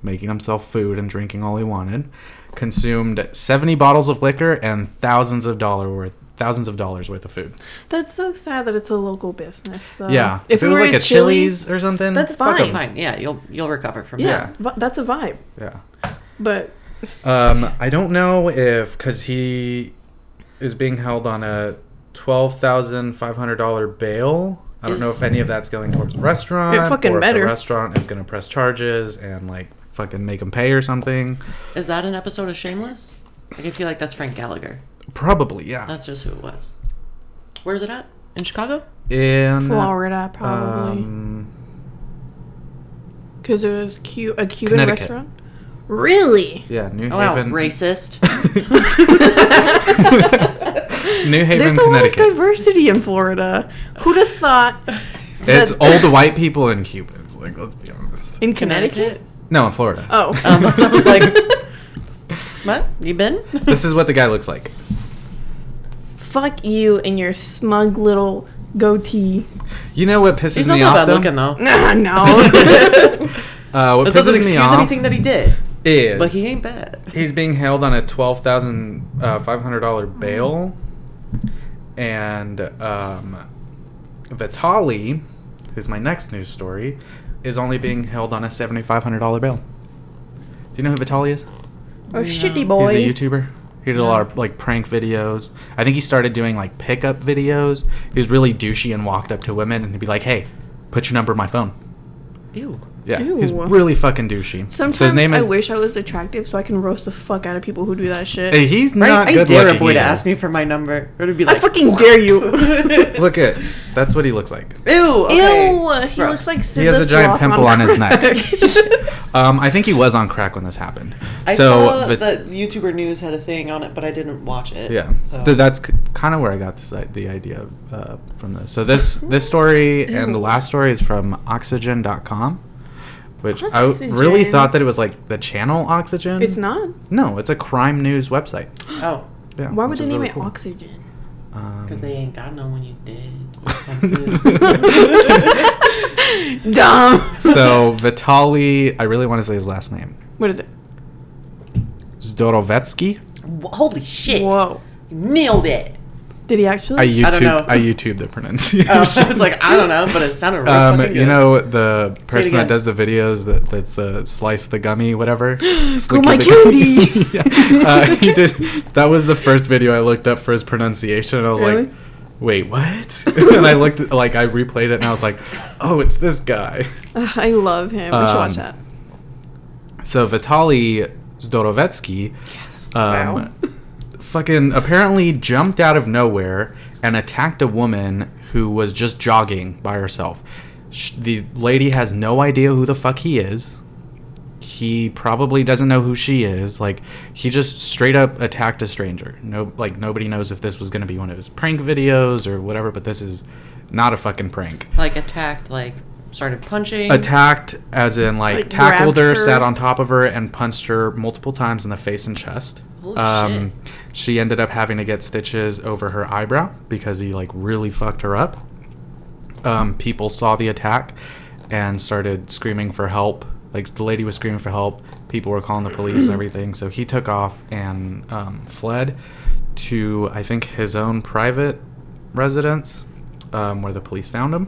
S5: making himself food and drinking all he wanted. Consumed 70 bottles of liquor and thousands of dollar worth thousands of dollars worth of food.
S4: That's so sad that it's a local business, though.
S5: yeah,
S4: Uh, If,
S5: it was
S4: were
S5: like a Chili's or something,
S4: that's
S5: fuck 'em.
S4: fine.
S3: fine. Yeah, you'll you'll recover from
S4: yeah,
S3: that.
S5: Yeah.
S4: vi- that's a vibe.
S5: Yeah.
S4: But
S5: Um, I don't know if because he is being held on a twelve thousand five hundred dollar bail. I don't know
S3: Is-
S5: if any of that's going towards the restaurant.
S4: It fucking
S5: or if
S4: better.
S5: The restaurant is going to press charges and like fucking make him pay or something.
S3: Is that an episode of Shameless? Like, I feel like that's Frank Gallagher.
S5: Probably, yeah.
S3: That's just who it was. Where's it at? In Chicago?
S5: In
S4: Florida, probably,
S5: Um,
S4: because it was Cu- a Cuban
S5: Connecticut.
S4: restaurant. Really?
S5: yeah, New
S3: Oh, wow.
S5: Haven.
S3: Racist.
S5: [laughs]
S3: [laughs]
S5: New Haven,
S4: There's a lot of
S5: Connecticut.
S4: diversity in Florida. Who'd have thought
S5: It's
S4: that-
S5: all the white people and Cubans. Like, let's be honest.
S4: in Connecticut?
S5: No, in Florida.
S4: Oh,
S3: Um, that's what I was
S4: [laughs]
S3: like, what? You been?
S5: [laughs] This is what the guy looks like.
S4: fuck you and your smug little goatee.
S5: You know what pisses
S3: He's not
S5: me
S3: that
S5: off
S3: bad
S5: though?
S3: looking, though.
S4: Nah, [laughs] no.
S5: Uh, what
S3: That doesn't
S5: pisses me
S3: excuse
S5: off
S3: anything that he did.
S5: is
S3: But he ain't bad.
S5: he's being held on a twelve thousand uh, five hundred dollar bail, and um, Vitali, who's my next news story, is only being held on a seventy five hundred dollar bail. Do you know who Vitali is?
S4: a shitty
S5: He's
S4: boy.
S5: a YouTuber. He did a lot of like prank videos. I think he started doing like pickup videos. He was really douchey and walked up to women and he'd be like, "Hey, put your number in my phone."
S3: Ew.
S5: Yeah, he's
S4: Ew.
S5: really fucking douchey. So
S4: Sometimes I wish I was attractive so I can roast the fuck out of people who do that shit.
S5: Hey, he's
S3: Right?
S5: not
S3: I
S5: good
S3: dare a
S5: looking
S3: boy to
S5: either.
S3: ask me for my number. It would be
S4: I
S3: like,
S4: fucking dare [laughs] you.
S5: Look at that's what he looks like.
S3: ew. okay.
S4: Ew, he
S3: Gross.
S4: looks like Sid
S5: He has
S4: the
S5: a giant
S4: Sloth
S5: pimple on his
S4: [laughs]
S5: neck.
S4: crack.
S5: Um, I think he was on crack when this happened.
S3: I
S5: so
S3: saw
S5: the-
S3: that YouTuber News had a thing on it, but I didn't watch it.
S5: yeah,
S3: So.
S5: Th- that's kind of where I got this i- the idea uh, from this. So this this story and the last story is from Oxygen.com, which I w- really
S4: Oxygen.
S5: thought that it was like the channel Oxygen.
S4: It's not.
S5: No, it's a crime news website.
S3: Oh,
S5: Yeah,
S4: Why
S5: which
S4: would
S5: is
S4: they name
S5: really
S4: it
S5: cool.
S4: oxygen?
S5: Um,
S4: [laughs]
S3: because they ain't got no one you did. Or [laughs]
S4: Dumb.
S5: so Vitali, I really want to say his last name.
S4: [laughs] What is it?
S5: Zdorovetsky.
S3: Holy shit!
S4: Whoa.
S3: Nailed it.
S4: Did he
S5: I
S4: actually?
S5: YouTube.
S3: I
S5: I,
S3: don't know.
S5: YouTube the pronunciation.
S3: [laughs] Oh, I was like, I don't know, but it sounded really
S5: Um,
S3: fucking good.
S5: you know the person that
S3: again.
S5: does the videos that that's the slice the gummy
S3: [gasps]
S5: whatever.
S4: Go
S5: Slicky
S4: my
S5: the-
S4: candy.
S5: yeah. uh, he did. That was the first video I looked up for his pronunciation. And I was
S4: Really?
S5: like, wait, what? [laughs] and I looked at- like I replayed it and I was like, oh, it's this guy.
S4: [laughs] Ugh, I love him. We should watch
S5: Um,
S4: that.
S5: So Vitali Zdorovetsky. Um,
S4: Wow.
S5: Fucking apparently jumped out of nowhere and attacked a woman who was just jogging by herself. Sh- The lady has no idea who the fuck he is. He probably doesn't know who she is. Like he just straight up attacked a stranger. No, like nobody knows if this was going to be one of his prank videos or whatever. But this is not a fucking prank
S3: like attacked, like started punching.
S5: attacked as in like,
S4: Like,
S5: tackled
S4: grabbed
S5: her,
S4: her.
S5: sat on top of her and punched her multiple times in the face and chest Um,
S3: Holy
S5: she ended up having to get stitches over her eyebrow because he like really fucked her up um, people saw the attack and started screaming for help like the lady was screaming for help people were calling the police and everything so he took off and um, fled to i think his own private residence um, where the police found him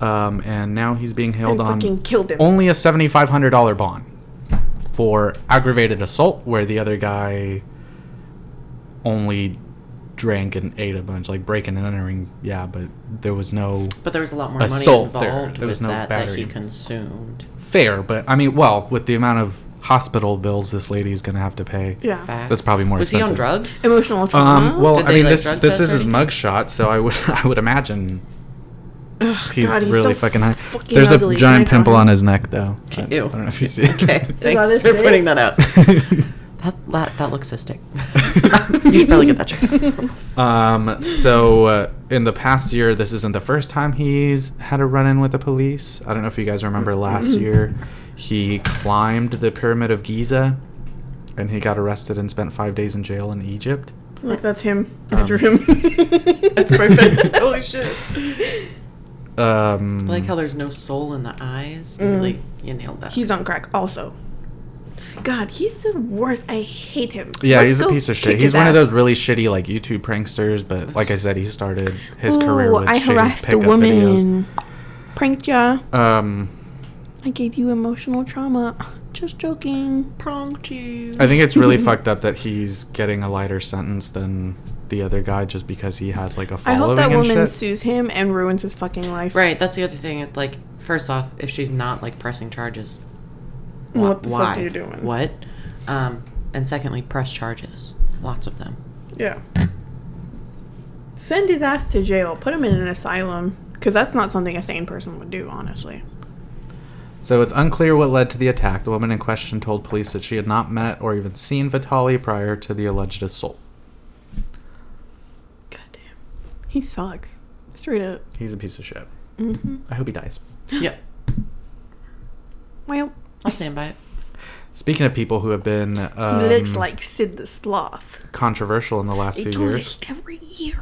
S5: um, and now he's being held
S4: And
S5: on
S4: fucking killed him.
S5: only a $7,500 bond for aggravated assault, where the other guy only drank and ate a bunch, like breaking and entering. Yeah, but there was no
S3: but there was a lot more money
S5: assault there.
S3: involved
S5: There was no
S3: with that that he
S5: battery.
S3: consumed.
S5: fair. But I mean, well, with the amount of hospital bills this lady's gonna have to pay,
S4: Yeah.
S3: Facts.
S5: That's probably more
S3: Was he on
S5: expensive.
S3: drugs?
S4: Emotional trauma.
S5: Um, well,
S3: Did
S5: I
S3: they,
S5: mean,
S3: like,
S5: this
S3: drug
S5: this
S3: test
S5: is
S3: or
S5: his
S3: anything?
S5: mugshot, so I would [laughs] I would imagine he's,
S4: God, he's so
S5: really fucking high.
S4: fucking
S5: There's
S4: ugly.
S5: a
S4: Can I
S5: giant
S4: draw
S5: pimple
S4: him?
S5: on his neck, though. I, I
S3: Ew.
S5: don't know if you see. it.
S3: [laughs] Okay,
S4: this
S3: [laughs] thanks for putting
S4: is-
S3: that out.
S5: [laughs]
S3: [laughs] That, that, that looks cystic. [laughs] you should probably get that checked. out.
S4: [laughs]
S5: Um, so uh, in the past year, this isn't the first time he's had a run-in with the police. I don't know if you guys remember last
S4: Mm-hmm.
S5: year, he climbed the Pyramid of Giza, and he got arrested and spent five days in jail in Egypt.
S4: Look, that's him. I
S5: Um,
S4: drew him. [laughs]
S3: That's perfect. Holy shit.
S5: Um,
S3: [laughs] I like how there's no soul in the eyes. You
S4: Mm.
S3: Really, you nailed that.
S4: He's on crack also. God, he's the worst. I hate him.
S5: yeah,
S4: Let's
S5: he's a
S4: go
S5: piece of shit.
S4: kick
S5: He's
S4: his
S5: one of
S4: ass.
S5: those really shitty like YouTube pranksters. But like I said, he started his career
S4: Ooh,
S5: with
S4: I
S5: shitty
S4: harassed a
S5: pickup
S4: woman. Pranked ya.
S5: videos. Um,
S4: I gave you emotional trauma. Just joking.
S3: pronged you.
S5: I think it's
S4: [laughs]
S5: really fucked up that he's getting a lighter sentence than the other guy just because he has like a
S4: I
S5: following
S4: hope that
S5: and
S4: woman
S5: shit.
S4: sues him and ruins his fucking life.
S3: Right, that's the other thing. It, like, first off, if she's not like pressing charges, wh-
S4: What the fuck
S3: why?
S4: are you doing?
S3: What? Um, and secondly, press charges, lots of them.
S4: Yeah. Send his ass to jail. Put him in an asylum. Because that's not something a sane person would do, honestly.
S5: So it's unclear what led to the attack. The woman in question told police that she had not met or even seen Vitali prior to the alleged assault.
S4: God damn. He sucks. Straight up.
S5: He's a piece of shit.
S4: Mm-hmm.
S5: I hope he dies.
S3: yep,
S4: Well,
S3: I'll stand by it.
S5: Speaking of people who have been um,
S4: he looks like Sid the Sloth.
S5: controversial in the last
S4: They
S5: few
S4: do
S5: years,
S4: this every year.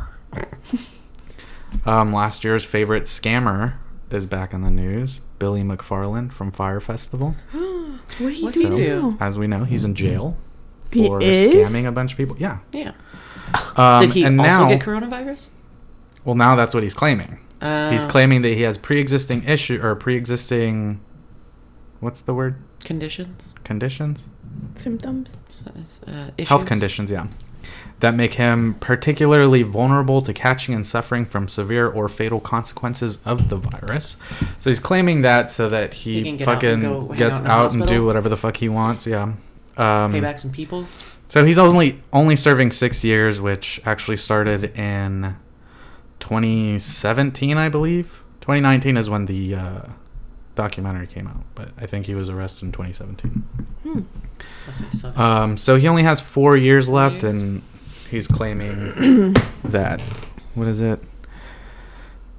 S5: um, last year's favorite scammer is back in the news. Billy McFarland from Fire Festival.
S4: What do you
S3: What did he do?
S4: do?
S5: As we know, he's in jail
S4: He
S5: for
S4: is?
S5: scamming a bunch of people. Yeah.
S3: Yeah.
S5: Um,
S3: Did he
S5: and
S3: also
S5: now,
S3: get coronavirus?
S5: well, now that's what he's claiming.
S3: Uh,
S5: he's claiming that he has pre-existing issue or pre-existing, what's the word?
S3: conditions,
S5: Conditions.
S4: Symptoms?
S3: So it's, uh, issues.
S5: health conditions, yeah, that make him particularly vulnerable to catching and suffering from severe or fatal consequences of the virus. So he's claiming that so that he,
S3: He can get out and
S5: fucking
S3: go hang
S5: gets
S3: out
S5: out,
S3: in
S5: and do
S3: a hospital.
S5: whatever the fuck he wants. Yeah. Um,
S3: Pay back some people.
S5: so he's only only serving six years, which actually started in 2017, I believe. 2019 is when the uh, documentary came out, but I think he was arrested in 2017.
S4: Hmm.
S3: That's what he said.
S5: Um, so he only has four years left,
S3: years.
S5: and he's
S3: [clears throat]
S5: claiming that what is it?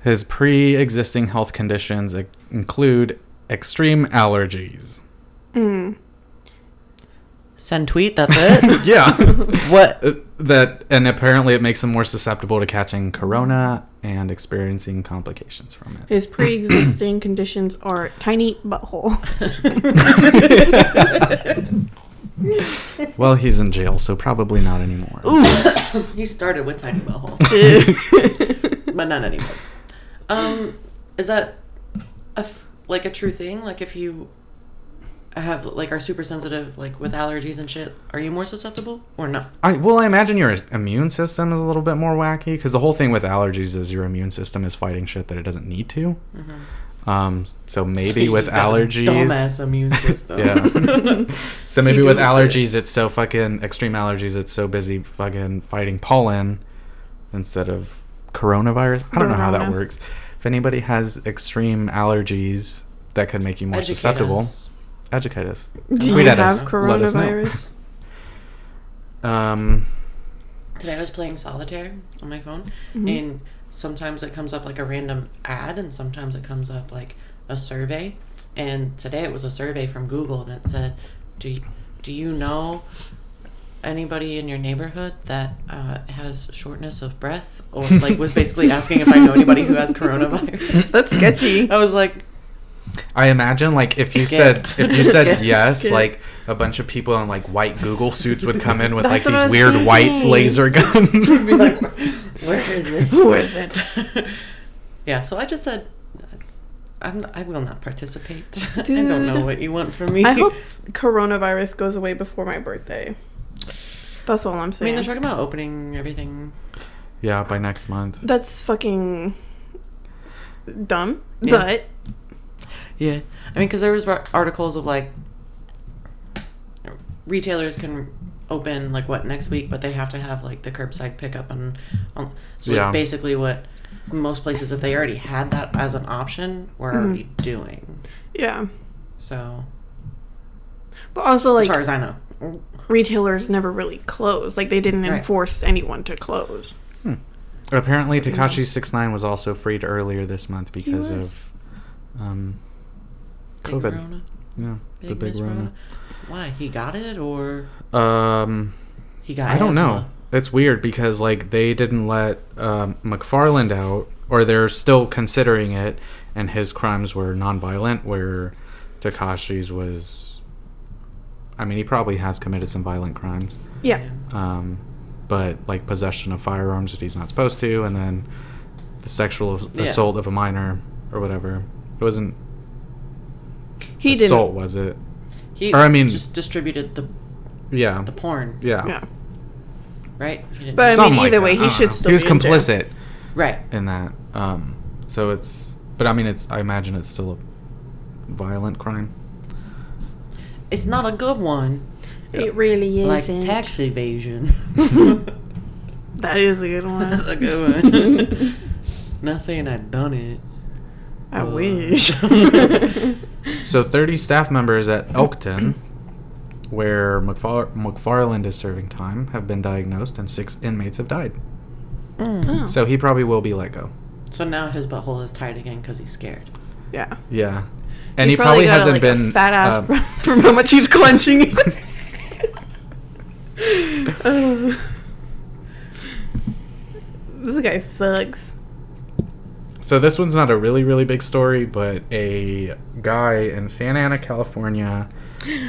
S5: His pre-existing health conditions i- include extreme allergies.
S4: Hmm.
S3: Send tweet, that's
S5: [laughs]
S3: it.
S5: Yeah.
S3: [laughs] what?
S5: Uh, that and apparently it makes them more susceptible to catching corona and experiencing complications from it. [clears throat]
S4: His pre existing conditions are tiny [laughs] butthole.
S5: [laughs] Well, he's in jail, so probably not anymore.
S3: He started with Tiny [laughs] Butthole, but not anymore. Um, is that a f- like a true thing? Like if you have like are super sensitive like with allergies and shit, are you more susceptible or not?
S5: I well, I imagine your immune system is a little bit more wacky because the whole thing with allergies is your immune system is fighting shit that it doesn't need to. Um, so maybe
S3: you
S5: with
S3: just got a
S5: allergies,
S3: dumbass
S5: [laughs]
S3: immune system. [laughs]
S5: yeah. so maybe
S3: Easy
S5: with
S3: to
S5: allergies, it's so fucking extreme allergies. It's so busy fucking fighting pollen instead of coronavirus. I don't know how that
S4: Corona.
S5: works. If anybody has extreme allergies, that could make you more
S3: Educate
S5: susceptible.
S3: us.
S5: Educate us.
S4: Do you
S5: Tweet at
S4: have
S5: us. Let us know.
S4: coronavirus?
S5: Um,
S3: Today I was playing solitaire on my phone,
S4: Mm-hmm.
S3: and sometimes it comes up like a random ad, and sometimes it comes up like a survey. And today it was a survey from Google, and it said, "Do you, do you know anybody in your neighborhood that uh, has shortness of breath?" Or like was basically asking if I know anybody
S4: [laughs]
S3: who has coronavirus.
S4: That's sketchy.
S3: I was like,
S5: I imagine like if you
S3: Skip.
S5: said
S4: [laughs]
S5: if you said
S3: Skip.
S5: yes,
S4: Skip.
S5: like a bunch of people in like white Google suits would come in with like
S4: That's what I
S5: these
S4: was
S5: weird white
S4: thinking.
S5: laser
S3: [laughs]
S5: guns. [laughs]
S3: be like, "Where is [laughs] it? Who is it?" yeah. So I just said. I'm, I will not participate. [laughs] I don't know
S4: Dude.
S3: what you want from
S4: [laughs]
S3: me.
S4: I hope coronavirus goes away before my birthday. That's all I'm
S3: I mean,
S4: saying.
S3: they're talking about opening everything.
S5: yeah, by next month.
S4: That's fucking dumb.
S3: Yeah.
S4: But
S3: Yeah, I mean, because there was ar- articles of like retailers can open like what next week, but they have to have like the curbside pickup and um, so like,
S5: Yeah.
S3: basically what most places, if they already had that as an option, were already doing.
S4: yeah.
S3: So
S4: But also
S3: as
S4: like
S3: far as I know,
S4: retailers never really closed. Like they didn't
S3: Right.
S4: enforce anyone to close.
S5: Hmm. Apparently Takashi six nine was also freed earlier this month because
S4: was.
S5: of um
S3: big
S5: COVID.
S3: Rona,
S5: yeah,
S3: big
S5: the big
S3: Miss
S5: Rona.
S3: Rona. Why he got it or
S5: Um
S3: he got?
S5: I don't know.
S3: asthma?
S5: It's weird because like they didn't let um, McFarland out, or they're still considering it, and his crimes were nonviolent, where Takashi's was. I mean, he probably has committed some violent crimes,
S4: Yeah.
S5: um, but like possession of firearms that he's not supposed to, and then the sexual ass-
S3: Yeah.
S5: assault of a minor or whatever. It wasn't
S4: He didn't
S5: assault, was it?
S3: He
S5: Or, I mean-
S3: just distributed the
S5: Yeah,
S3: the porn,
S5: yeah.
S4: Yeah.
S3: right? He didn't,
S4: But- I mean,
S5: Something
S4: either way,
S5: that.
S4: he
S5: I don't
S4: should
S5: know.
S4: still
S5: He was
S4: be in jail.
S5: complicit.
S3: right.
S5: in that. Um, so it's, but I mean, it's. I imagine it's still a violent crime.
S3: It's not a good one.
S4: It really
S3: like
S4: isn't.
S3: tax
S4: [laughs]
S3: evasion.
S4: That is a
S3: [laughs]
S4: good
S3: That's
S4: one.
S3: a good one. [laughs] Not saying I done it.
S4: I
S3: Uh,
S4: wish.
S5: So 30 staff members at Elkton, [clears throat] where McFar- McFarland is serving time, have been diagnosed, and six inmates have died.
S4: Oh.
S5: So he probably will be let go.
S3: [laughs] So now his butthole is tied again because he's scared.
S4: Yeah.
S5: Yeah, and
S4: He's
S5: he probably,
S4: got a,
S5: hasn't
S4: like, a
S5: been
S4: fat ass [laughs]
S5: um,
S4: from, from how much he's
S5: [laughs]
S4: clenching. [sighs] Uh, this guy sucks.
S5: So this one's not a really really big story, but a guy in Santa Ana, California,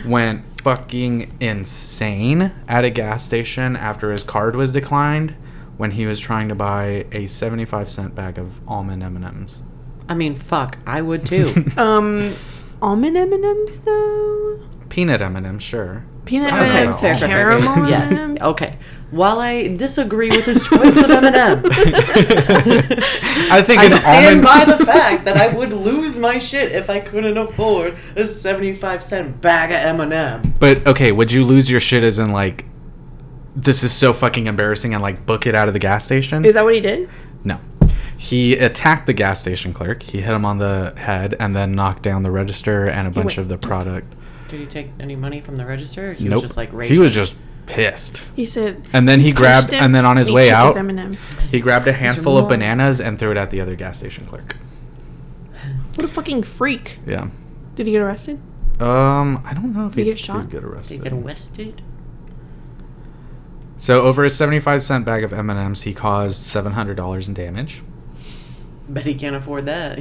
S5: went fucking insane at a gas station after his card was declined when he was trying to buy a 75 cent bag of almond M&Ms.
S3: I mean, fuck, I
S5: [laughs]
S3: would too.
S4: Um, almond M and M's though.
S5: Peanut M&Ms, sure.
S4: Peanut M
S5: Okay.
S4: and M's,
S5: Fair, fair, fair, fair.
S4: caramel
S3: yes.
S4: M&Ms.
S3: Okay. While I disagree with his choice of [laughs] M&M,
S5: I think
S3: I
S5: an
S3: stand by
S5: almond [laughs]
S3: the fact that I would lose my shit if I couldn't afford a seventy-five cent bag of M&M.
S5: But okay, would you lose your shit as in like this is so fucking embarrassing and like book it out of the gas station?
S4: Is that what he did?
S5: No. He attacked the gas station clerk. He hit him on the head and then knocked down the register and a bunch
S4: went-
S5: of the product.
S3: Did he take any money from the register? He
S5: nope.
S3: was just like raging.
S5: he was just pissed.
S4: He said.
S5: And then he grabbed,
S4: "Punched him,
S5: and then on his
S4: he
S5: way
S4: took
S5: out,
S4: his M&Ms.
S5: he grabbed a handful of
S3: mom.
S5: bananas and threw it at the other gas station clerk.
S4: What a fucking freak.
S5: Yeah.
S4: Did he get
S5: [laughs]
S4: arrested?
S5: Um, I don't know if
S4: Did
S5: he
S4: he get shot?
S5: did get
S3: They
S5: arrested.
S3: get arrested.
S5: So over a 75 cent bag of M&Ms, he caused $700 in damage.
S3: Bet he can't afford [laughs] that.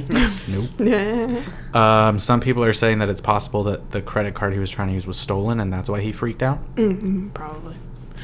S5: Nope.
S4: Nah.
S5: Um, some people are saying that it's possible that the credit card he was trying to use was stolen, and that's why he freaked out.
S4: Mm-hmm, probably.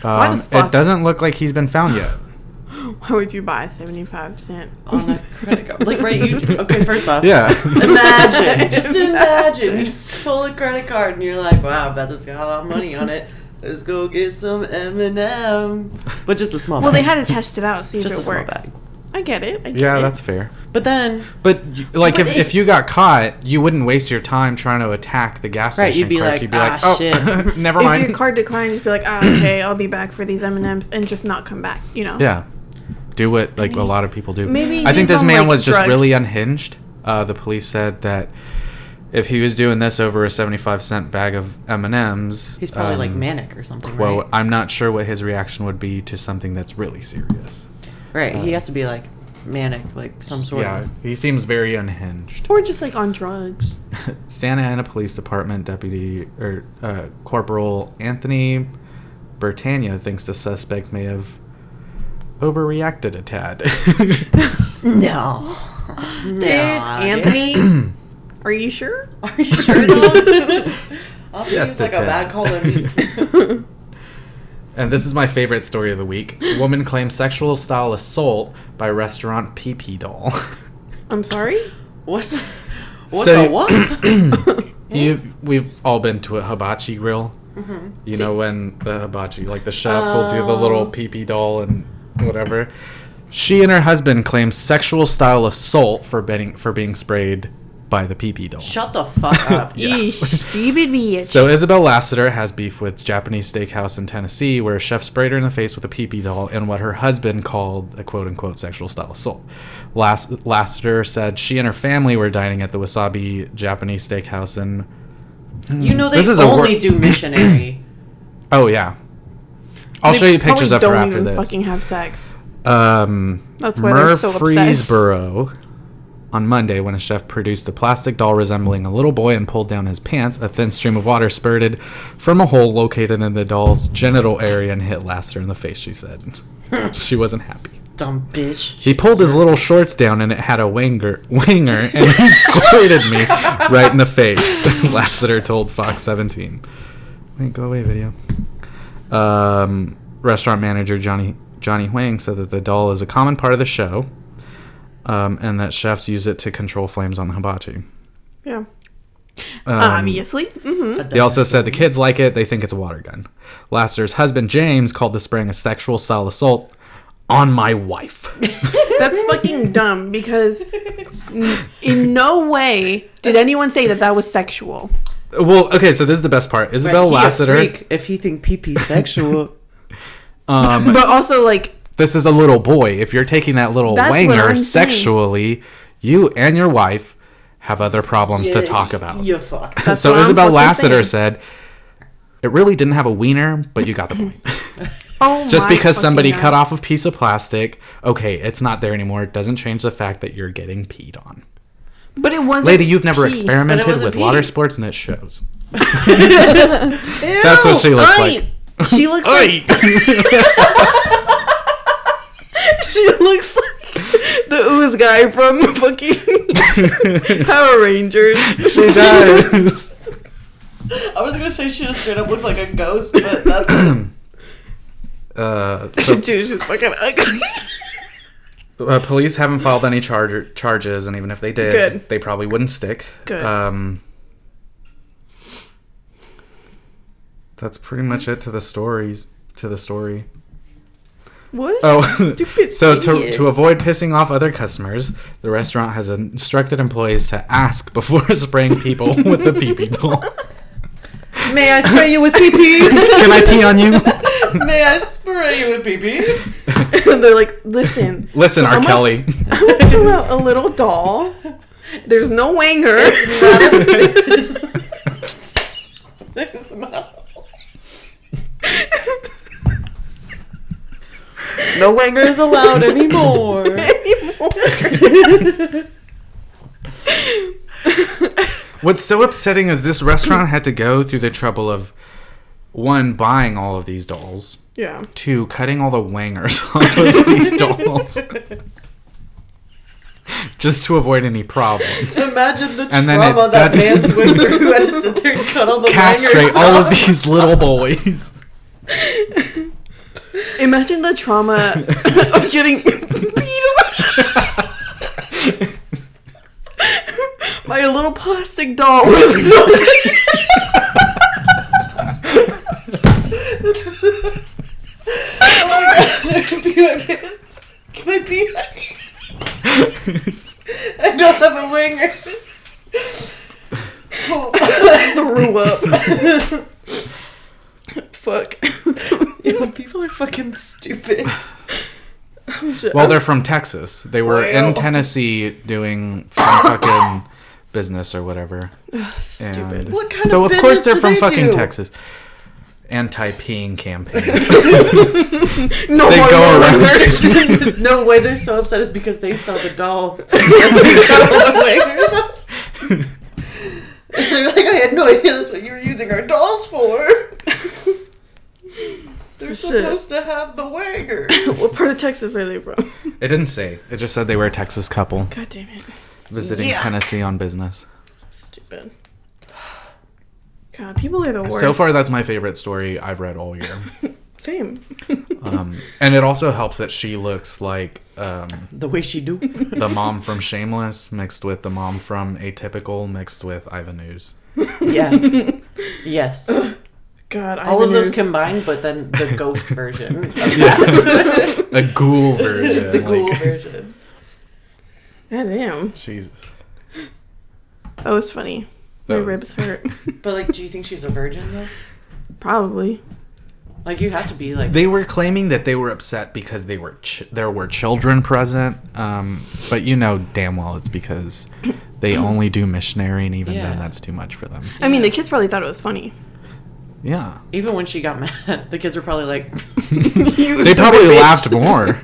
S4: Why the
S5: Um,
S4: fuck?
S5: It doesn't look like he's been found yet.
S4: [gasps] Why would you buy seventy
S5: [laughs]
S4: five cent
S3: On a credit card. Like, right, [laughs] you. Okay, first off.
S5: Yeah. [laughs]
S3: Imagine. [laughs] just imagine. You
S4: Imagine.
S3: stole a credit card and you're like, wow, I bet this got a lot of money on it. Let's go get some M&M. But just a small
S4: Well,
S3: bag.
S4: they had to test it out, see
S3: Just
S4: if
S3: a
S4: it
S3: small
S4: works.
S3: bag.
S4: I get it. I get
S5: yeah,
S4: it.
S5: that's fair.
S3: But then,
S5: But y- like, if,
S3: But it-
S5: if you got caught, you wouldn't waste your time trying to attack the gas
S3: Right,
S5: station
S3: you'd be
S5: clerk.
S3: like,
S5: you'd be
S3: "Ah,
S5: like, oh, [laughs]
S3: shit."
S5: never
S4: if
S5: mind.
S4: your card declined, just be like, ah, okay, I'll be back for these M and M's, and just not come back. You know.
S5: Yeah, do what like a lot of people do.
S4: maybe
S5: I think
S4: he's
S5: this
S4: on,
S5: man
S4: like,
S5: was just
S4: drugs.
S5: really unhinged. Uh, the police said that if he was doing this over a seventy-five cent bag of M and M's, um,
S3: he's probably like manic or something,
S5: Well,
S3: right?
S5: I'm not sure what his reaction would be to something that's really serious.
S3: Right, he has to be like manic, like some sort
S5: uh, Yeah,
S3: of.
S5: he seems very unhinged.
S4: Or just like on drugs.
S5: Santa Ana Police Department Deputy or uh, Corporal Anthony Bertania thinks the suspect may have overreacted a tad. [laughs]
S3: [laughs] No. no.
S4: Dude,
S5: [clears throat]
S4: [laughs] Anthony, are you sure? [laughs]
S3: Are you sure not? I'll just
S5: Just
S3: use like
S5: a
S3: a bad
S5: tad.
S3: call
S5: [laughs]
S3: to me.
S5: and this is my favorite story of the week. Woman claims sexual style assault by restaurant pee pee doll. [laughs]
S4: I'm sorry.
S3: What's what's
S5: So- [clears throat]
S3: a what?
S5: you we've all been to a hibachi grill. You know when the hibachi, like the chef, will do the little pee pee doll and whatever. She and her husband claim sexual style assault for being for being sprayed by the pee pee doll.
S3: Shut the fuck up.
S5: [laughs] Yes.
S4: Eesh, [laughs] stupid bitch.
S5: So Isabel Lassiter has beef with Japanese steakhouse in Tennessee, where a chef sprayed her in the face with a pee-pee doll in what her husband called a quote-unquote sexual style assault. Lass- Lassiter said she and her family were dining at the Wasabi Japanese steakhouse in.
S3: You know they
S5: This is a
S3: only
S5: wor-
S3: do
S5: [clears throat]
S3: missionary.
S5: Oh yeah, I'll show you pictures
S4: of
S5: after
S4: Don't
S5: after
S4: even
S5: this.
S4: fucking have sex.
S5: um,
S4: That's why they're so upset.
S5: Murfreesboro on Monday when a chef produced a plastic doll resembling a little boy and pulled down his pants, a thin stream of water spurted from a hole located in the doll's genital area and hit Lassiter in the face, she said. she wasn't happy.
S3: Dumb bitch.
S5: He pulled his little shorts down and it had a wanger, winger and he [laughs] squirted me right in the face, [laughs] Lassiter told Fox 17. Wait, go away, video. Um, restaurant manager Johnny Johnny Huang said that the doll is a common part of the show, um, and that chefs use it to control flames on the hibachi.
S4: Yeah.
S5: Um,
S4: Obviously. hmm
S3: But
S5: They
S3: then-
S5: also said the kids like it; they think it's a water gun. Lassiter's husband James called the spraying a sexual style assault on my wife. [laughs]
S4: That's fucking dumb because n- in no way did anyone say that that was sexual.
S5: well, okay, so this is the best part.
S3: Right,
S5: Isabel
S3: he a
S5: Lassiter.
S3: freak if he think
S5: [laughs]
S3: pee pee sexual.
S5: Um,
S4: But also, like,
S5: this is a little boy. If you're taking that little
S4: That's what
S5: wanger
S4: I'm saying.
S5: sexually, you and your wife have other problems to talk about.
S3: You fuck.
S5: [laughs]
S4: That's
S5: so
S4: what I'm
S5: Isabel
S4: fucking
S5: Lassiter
S4: saying.
S5: said, "It really didn't have a wiener, but you got the
S4: [laughs]
S5: point.
S4: oh
S5: Just
S4: my
S5: because somebody
S4: fucking
S5: cut
S4: God.
S5: off a piece of plastic, okay, it's not there anymore. It doesn't change the fact that you're getting peed on,
S4: But it wasn't.
S5: lady. You've never
S4: pee.
S5: experimented
S3: wasn't
S5: with
S3: pee.
S5: water sports, and it
S4: [laughs]
S5: shows. [laughs] That's what she looks like.
S4: She looks like. She looks
S3: [laughs]
S4: like the ooze guy from
S5: [laughs]
S4: fucking Power Rangers. [laughs]
S5: she does. [laughs]
S3: I was gonna say she just straight up looks like a ghost, but [laughs] that's
S5: uh, so
S4: [laughs] Dude, she's fucking ugly.
S5: Uh, police haven't filed any charge- charges, and even if they did,
S4: Good.
S5: they probably wouldn't stick.
S4: Good.
S5: Um, that's pretty much it to the stories. To the story.
S4: What?
S5: Oh, [laughs]
S4: stupid.
S5: so to,
S4: idiot.
S5: to avoid pissing off other customers, the restaurant has instructed employees to ask before [laughs] spraying people with the pee pee
S4: [laughs]
S5: doll.
S3: May I spray you with pee pee?
S5: Can I pee on you?
S3: May I spray you with pee pee?
S4: [laughs] they're like, listen,
S5: [laughs] Listen, R.
S4: I'm a-
S5: Kelly.
S4: I'm talking about a little doll. There's no wanger.
S3: There's no- No wangers allowed anymore.
S4: anymore.
S5: What's so upsetting is this restaurant had to go through the trouble of one buying all of these dolls,
S4: [laughs] Yeah.
S5: two cutting all the wangers [laughs] off of
S3: [laughs]
S5: these dolls, just to avoid any problems.
S3: Imagine the
S5: And then it-
S3: trauma that,
S5: that-
S3: man's went
S5: [laughs]
S3: through who had to sit there and cut all the
S5: Castrate
S3: wangers
S5: all
S3: off.
S5: of these little boys.
S4: Imagine the trauma [laughs] of getting beat up by a little plastic doll. with-
S3: I can be my pants. Can [laughs] I be I don't have a winger.
S4: threw up. [laughs] Fuck.
S3: Yo, people are fucking stupid.
S5: Well, they're from Texas. They were
S4: Well.
S5: in Tennessee doing some fucking business or whatever.
S4: Stupid.
S5: And-
S3: What kind
S5: so
S3: of
S5: of course
S3: business
S5: they're
S3: do
S5: from
S3: they
S5: fucking
S3: do?
S5: Texas. Anti-peeing campaign.
S4: No
S5: They
S4: more
S5: go
S4: little
S5: around.
S4: wingers.
S3: [laughs] no way they're so upset is because they saw the [laughs] dolls. And they "Oh, got all the wingers. [laughs] they're like, I had no idea that's what you were using our dolls [laughs] for. they're supposed to have the wangers.
S4: What part of Texas are they from?
S5: It didn't say. It just said they were a Texas couple
S4: God damn it.
S5: visiting
S3: Yuck.
S5: Tennessee on business.
S4: Stupid. God, people are the worst.
S5: So far, that's my favorite story I've read all year.
S4: same.
S5: Um, and it also helps that she looks like um,
S3: [laughs] The way she do.
S5: the mom from Shameless mixed with the mom from Atypical mixed with Ivan News.
S3: [laughs] Yeah. Yes.
S4: God,
S3: All of those
S4: Ivanhoe's-
S3: combined, but then the ghost [laughs]
S5: [laughs]
S3: version.
S5: A ghoul version.
S3: the ghoul [laughs]
S5: like-
S3: version.
S4: God damn.
S5: Jesus.
S4: That was funny.
S5: That
S4: My
S5: was-
S4: ribs hurt. [laughs]
S3: But like, do you think she's a virgin though?
S4: Probably.
S3: Like, you have to be like.
S5: They were claiming that they were upset because they were ch- there were children present, um, but you know damn well it's because
S3: [clears throat]
S5: they only do missionary, and even
S3: Yeah.
S5: then that's too much for them.
S4: I mean, the kids probably thought it was funny. [laughs]
S5: Yeah,
S3: even when she got [laughs] mad, the kids were probably like,
S5: they probably laughed
S3: [laughs]
S5: more.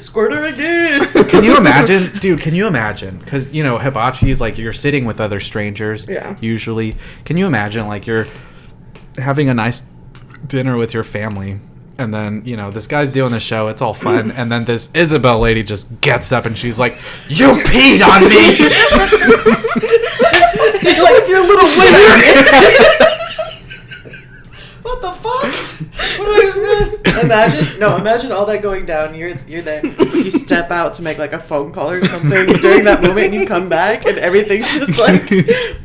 S3: "Squirt her again." [laughs]
S5: Can you imagine, [laughs] dude? Can you imagine? Because you know, hibachi is like you're sitting with other strangers.
S4: Yeah.
S5: Usually, can you imagine like you're having a nice dinner with your family, and then you know this guy's doing the show. It's all [clears throat] fun, and then this Isabel lady just gets up and she's like, "You peed on [laughs] me."
S4: With
S5: [laughs]
S4: your little
S3: what the [laughs] fuck? What did I just miss? Imagine, no, imagine all that going down. You're you're there. You step out to make like a phone call or something during that moment, and you come back, and everything's
S5: [laughs]
S3: just like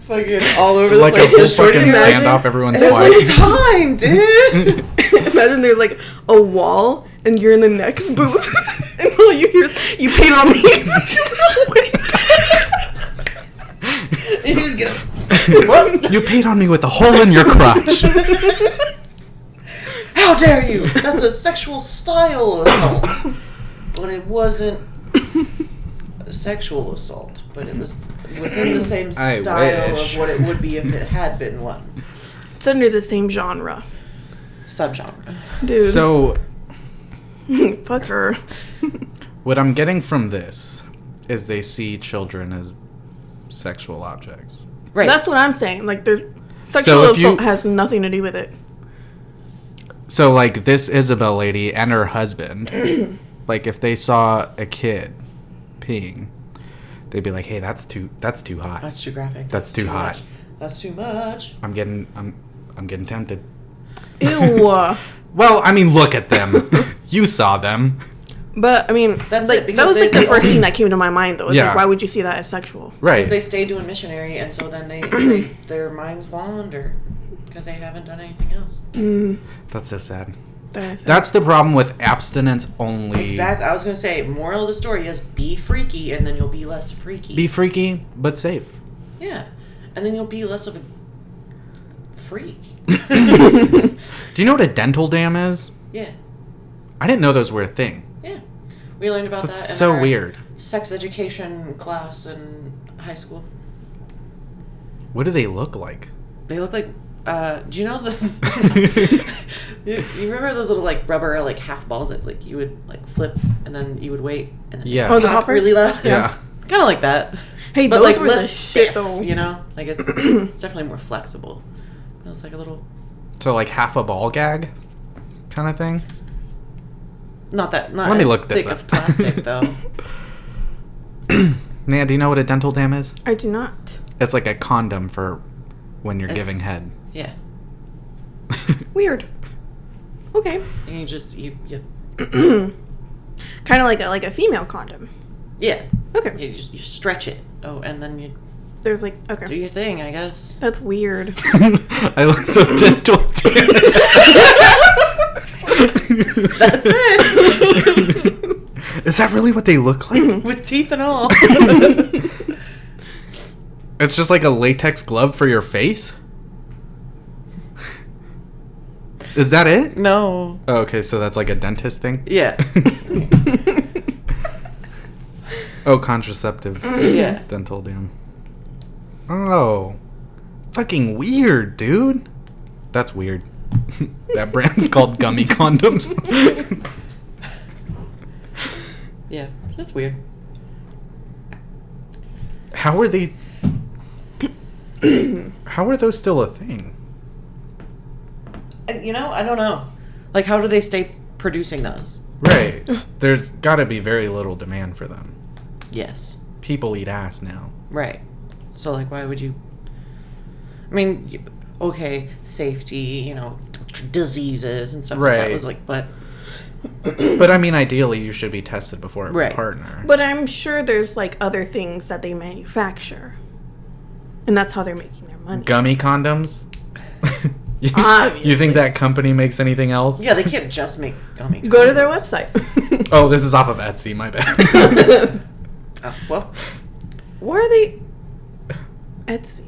S3: fucking all over the
S5: like a
S3: place.
S5: whole
S3: Just short
S5: fucking
S3: imagine-
S5: standoff. Everyone's
S3: And it's
S5: quiet.
S3: like time,
S5: [laughs]
S3: dude.
S4: Imagine there's like a wall and you're in the next booth [laughs] and all you hear is, you paid on me.
S3: you just get
S5: [laughs]
S4: What?
S5: you peed on me with a hole in your [laughs] crotch.
S3: How dare you? That's a sexual style assault. But it wasn't a sexual assault, but it was within the same
S5: I
S3: style
S5: wish.
S3: of what it would be if it had been one.
S4: [laughs] It's under the same genre.
S3: Subgenre.
S4: Dude.
S5: so
S4: [laughs] fuck her.
S5: What I'm getting from this is they see children as sexual objects.
S3: Right.
S4: That's what I'm saying. Like there's sexual
S5: if you-
S4: assault has nothing to do with it.
S5: So like this Isabel lady and her husband,
S3: [coughs]
S5: like if they saw a kid peeing, they'd be like, "Hey, that's too that's too hot.
S3: that's too graphic.
S5: That's too hot.
S3: much. That's too much.
S5: I'm getting I'm I'm getting tempted."
S4: Ew.
S5: Well, I mean, look at
S3: [laughs]
S5: them. you saw them.
S4: [laughs] but I mean,
S3: That's
S4: that's
S3: it,
S4: like,
S3: because
S4: that was
S3: they-
S4: like the first thing that came to my mind though. It's
S5: Yeah.
S4: like, why would you see that as sexual?
S5: Right.
S3: Because they stay doing missionary, and so then
S5: [clears throat]
S3: they, they their minds wander because they haven't done anything else.
S5: that's so sad.
S4: That's,
S5: That's the problem with abstinence only.
S3: Exactly. I was gonna say, moral of the story is be freaky, and then you'll be less freaky.
S5: Be freaky but safe.
S3: Yeah. And then you'll be less of a
S5: [laughs]
S3: freak.
S5: Do you know what a dental dam is?
S3: Yeah.
S5: I didn't know those were a thing.
S3: Yeah. We learned about
S5: That's
S3: that in
S5: so
S3: our
S5: weird.
S3: sex education class in high school.
S5: What do they look
S3: [laughs]
S5: like?
S3: They look like uh, do you know
S5: [laughs]
S3: [laughs] those [laughs] you, you remember those little like rubber like half balls that like you would like flip and then you would wait and then
S5: Yeah.
S4: Oh, the
S3: pop
S4: poppers?
S3: really loud?
S5: yeah.
S3: Kinda like that.
S4: Hey,
S3: But like
S4: those were
S3: less
S4: the shit
S3: stiff,
S4: though.
S3: you know? Like
S4: [clears throat]
S3: it's it's definitely more flexible. It was like a little
S5: So like half a ball gag, kind of thing.
S3: not that not
S5: Let me
S3: as
S5: look this
S3: thick
S5: up. [laughs]
S3: of plastic though.
S5: Nan, do you know what a dental dam is?
S4: I do not.
S5: It's like a condom for when you're
S3: It's-
S5: giving head. [laughs]
S3: yeah.
S4: Weird. Okay.
S3: And you just you, you
S4: Kind of like a, like a female condom.
S3: yeah.
S4: Okay.
S3: You just you stretch it. Oh, and then you
S4: There's like
S3: do
S4: okay.
S3: your thing, I guess. [laughs]
S4: That's weird.
S5: I looked up dental dam.
S3: [laughs] That's it.
S5: [laughs] Is that really what they look like?
S3: [laughs] With teeth and all.
S5: it's just like a latex glove for your face. Is that it?
S3: no.
S5: Oh, okay, so that's like a dentist
S3: [laughs]
S5: thing. [laughs]
S3: Yeah.
S5: Oh, contraceptive
S3: Yeah.
S5: dental dam. Oh, fucking weird, dude. That's weird. [laughs] that brand's called gummy condoms.
S3: Yeah. That's weird.
S5: How are they? How are those still a thing?
S3: Uh, You know, I don't know. Like how do they stay producing those?
S5: Right. There's got to be very little demand for them.
S3: Yes.
S5: People eat ass now.
S3: Right. So like why would you I mean, you- okay, safety, you know, t- diseases and stuff like that
S5: Right.
S3: was like but
S5: But I mean, ideally, you should be tested before a
S3: Right.
S5: partner.
S4: but I'm sure there's like other things that they manufacture, and that's how they're making their money.
S5: Gummy condoms. [laughs] you,
S4: Uh,
S5: you
S4: Obviously.
S5: think that company makes anything else?
S3: yeah, they can't just make gummy.
S4: [laughs] Go to their website.
S5: Oh, this is off of Etsy. My bad.
S3: [laughs]
S4: [laughs]
S3: Oh, well,
S4: Where are they? Etsy.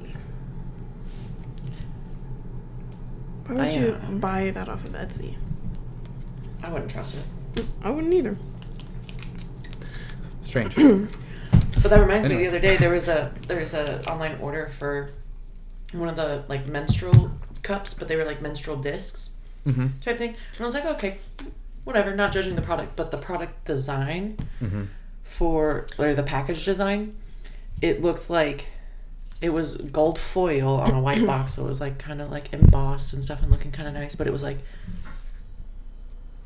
S4: Why would
S3: I,
S4: you
S3: uh,
S4: buy that off of Etsy?
S3: I wouldn't trust it.
S4: I wouldn't either.
S5: Strange.
S3: But that reminds me, the
S5: Anyways.
S3: other day there was a there was a online order for one of the like menstrual cups, but they were like menstrual discs
S5: Mhm.
S3: type thing, and I was like, okay, whatever. Not judging the product, but the product design for or the package design, it looked like it was gold foil on a white box, so it was like kind of like embossed and stuff and looking kind of nice, but it was like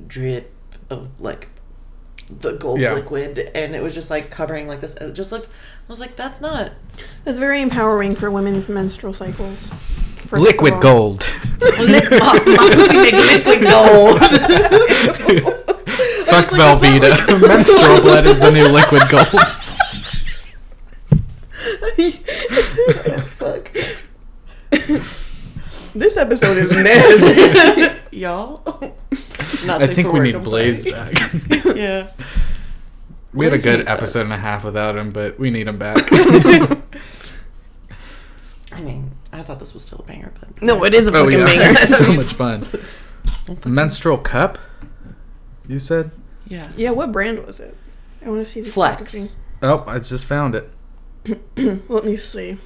S3: drip of like the gold
S5: Yeah.
S3: liquid and it was just like covering like this it just looked i was like that's not
S4: That's very empowering for women's menstrual cycles. first of
S5: Liquid
S4: all.
S5: gold. [laughs]
S3: liquid gold
S5: Fuck Velveeta. [laughs]
S3: [laughs]
S5: Menstrual blood is the new liquid
S4: [laughs]
S5: gold.
S3: fuck
S4: This
S3: [laughs]
S4: episode [laughs] is nasty.
S3: y'all [laughs] not
S5: I
S3: safe
S5: think
S3: for
S5: we
S3: work,
S5: need
S3: I'm
S5: Blaze
S3: sorry.
S5: back.
S3: [laughs] yeah
S5: We had a
S3: Blaze
S5: good
S3: needs us.
S5: episode and a half without him, but we need him
S3: [laughs]
S5: back. Oh,
S3: i mean i thought this was still a banger but
S4: no, it is a
S5: oh [laughs]
S4: fucking
S5: yeah,
S4: banger.
S5: so much
S3: [laughs]
S5: fun. Menstrual cup. You said?
S3: yeah
S4: Yeah, what brand was it? I want to see the
S3: flex
S5: Oh, I just found it.
S4: packaging. [clears throat] Let me see.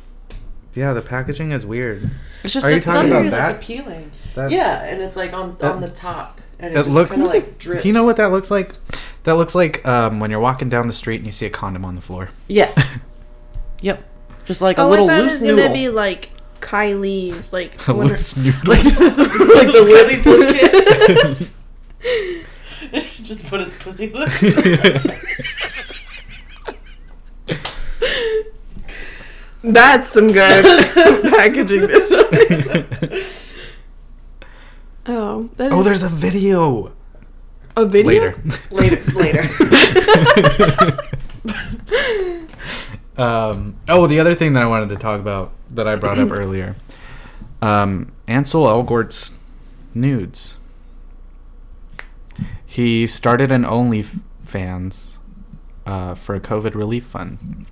S5: Yeah, the packaging is weird.
S3: it's just
S5: Are you
S3: it's not
S5: talking
S3: very
S5: about
S3: like
S5: that?
S3: appealing
S5: That-
S3: yeah and it's like on
S5: That-
S3: on the top and
S5: It
S3: it, just
S5: looks-
S3: kinda, like drips
S5: You know what that looks like? That looks like um, when you're walking down the street and you see a condom on the floor.
S3: yeah
S5: [laughs]
S3: yep just like a
S4: oh,
S3: little
S4: I thought
S3: loose
S4: it was gonna
S3: noodle [laughs]
S4: be like Kylie's,
S5: [laughs]
S4: like
S5: A
S4: when her-
S5: loose noodle.
S3: [laughs] like the Willie's little kid. [laughs] Just put its pussy lips.
S5: [laughs]
S4: That's some good [laughs] packaging.
S5: [laughs]
S4: This. oh, that is
S5: oh, there's a video.
S4: a video.
S5: Later.
S3: later, later.
S5: [laughs]
S3: [laughs]
S5: Um, oh, the other thing that I wanted to talk about that I brought up earlier um, Ansel Elgort's nudes. He started an OnlyFans uh, for a COVID relief fund.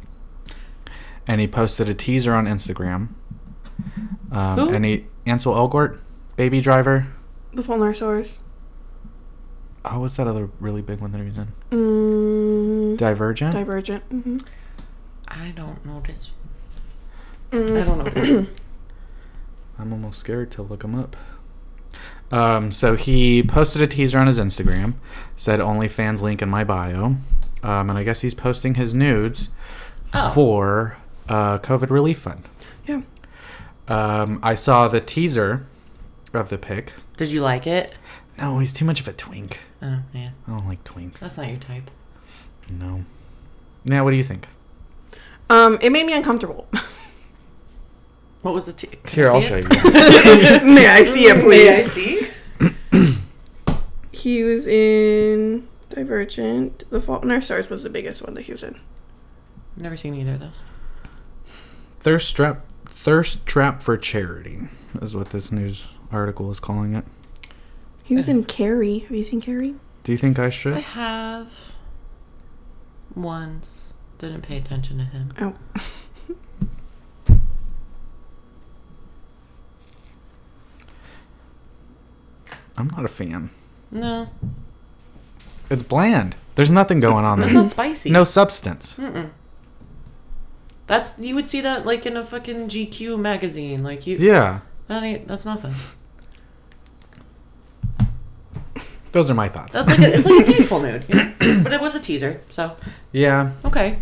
S5: And he posted a teaser on Instagram. Um,
S3: Who?
S5: And he, Ansel Elgort, baby driver.
S4: [laughs] The Fulnosaurus.
S5: Oh, what's that other really big one that he was in?
S4: Mm,
S5: Divergent?
S4: Divergent. hmm
S3: I don't know this.
S4: Mm.
S3: I don't know. This.
S5: I'm almost scared to look him up. Um, so he posted a teaser on his Instagram, said OnlyFans link in my bio, um, and I guess he's posting his nudes
S3: [coughs] Oh.
S5: for uh, COVID relief fund.
S4: Yeah.
S5: Um, I saw the teaser of the pick.
S3: Did you like it?
S5: No, he's too much of a twink.
S3: Oh, yeah.
S5: I don't like twinks.
S3: That's not your type.
S5: no. Now, what do you think?
S4: Um, it made me uncomfortable. [laughs]
S3: What was the t- can
S5: Here,
S3: I
S5: I'll
S3: see
S5: show
S3: it?
S5: you.
S4: May I
S3: [laughs]
S4: see it, please?
S3: May I see?
S4: He was in Divergent. The Fault in Our Stars was the biggest one that he was in.
S3: Never seen either of those.
S5: Thirst trap, thirst trap for charity is what this news article is calling it.
S4: He was in Carrie. Have you seen Carrie?
S5: Do you think I
S3: I
S5: should?
S3: have once. Didn't pay attention to him.
S4: Oh.
S5: I'm not a fan.
S3: No,
S5: It's bland. There's nothing going on
S3: that's
S5: there.
S3: not spicy. Hmm.
S5: No substance.
S3: Mm-mm. That's you would see that like in a fucking GQ magazine. Like you,
S5: Yeah,
S3: that ain't that's nothing.
S5: those are my thoughts.
S3: That's like a, it's like a tasteful
S5: [coughs]
S3: nude, you know? but it was a teaser. So
S5: [laughs] Yeah.
S3: okay,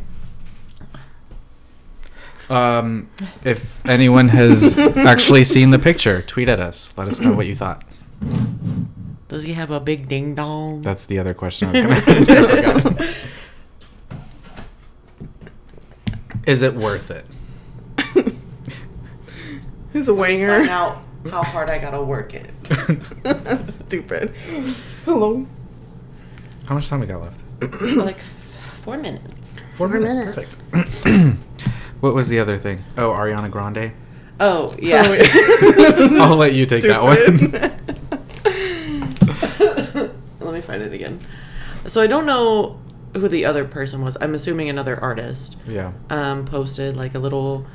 S5: Um, if anyone
S3: [laughs]
S5: has actually seen the picture, tweet at us. Let us know what you thought.
S3: does he have a big ding dong?
S5: That's the other question I was [laughs] going to ask. Is it worth
S3: [laughs]
S5: it?
S4: [laughs] He's a
S3: Find
S4: wanger.
S3: out how hard I gotta work it. [laughs]
S4: That's stupid. Hello.
S5: How much time we got left?
S3: like f- four minutes.
S5: Four,
S4: minutes.
S5: Perfect. what was the other thing? Oh, Ariana
S3: [laughs]
S5: Grande.
S3: Oh yeah.
S5: I'll let you take that one.
S3: [laughs] Let me find it again. So I don't know who the other person was. I'm assuming another artist.
S5: [laughs] yeah.
S3: um, posted like a little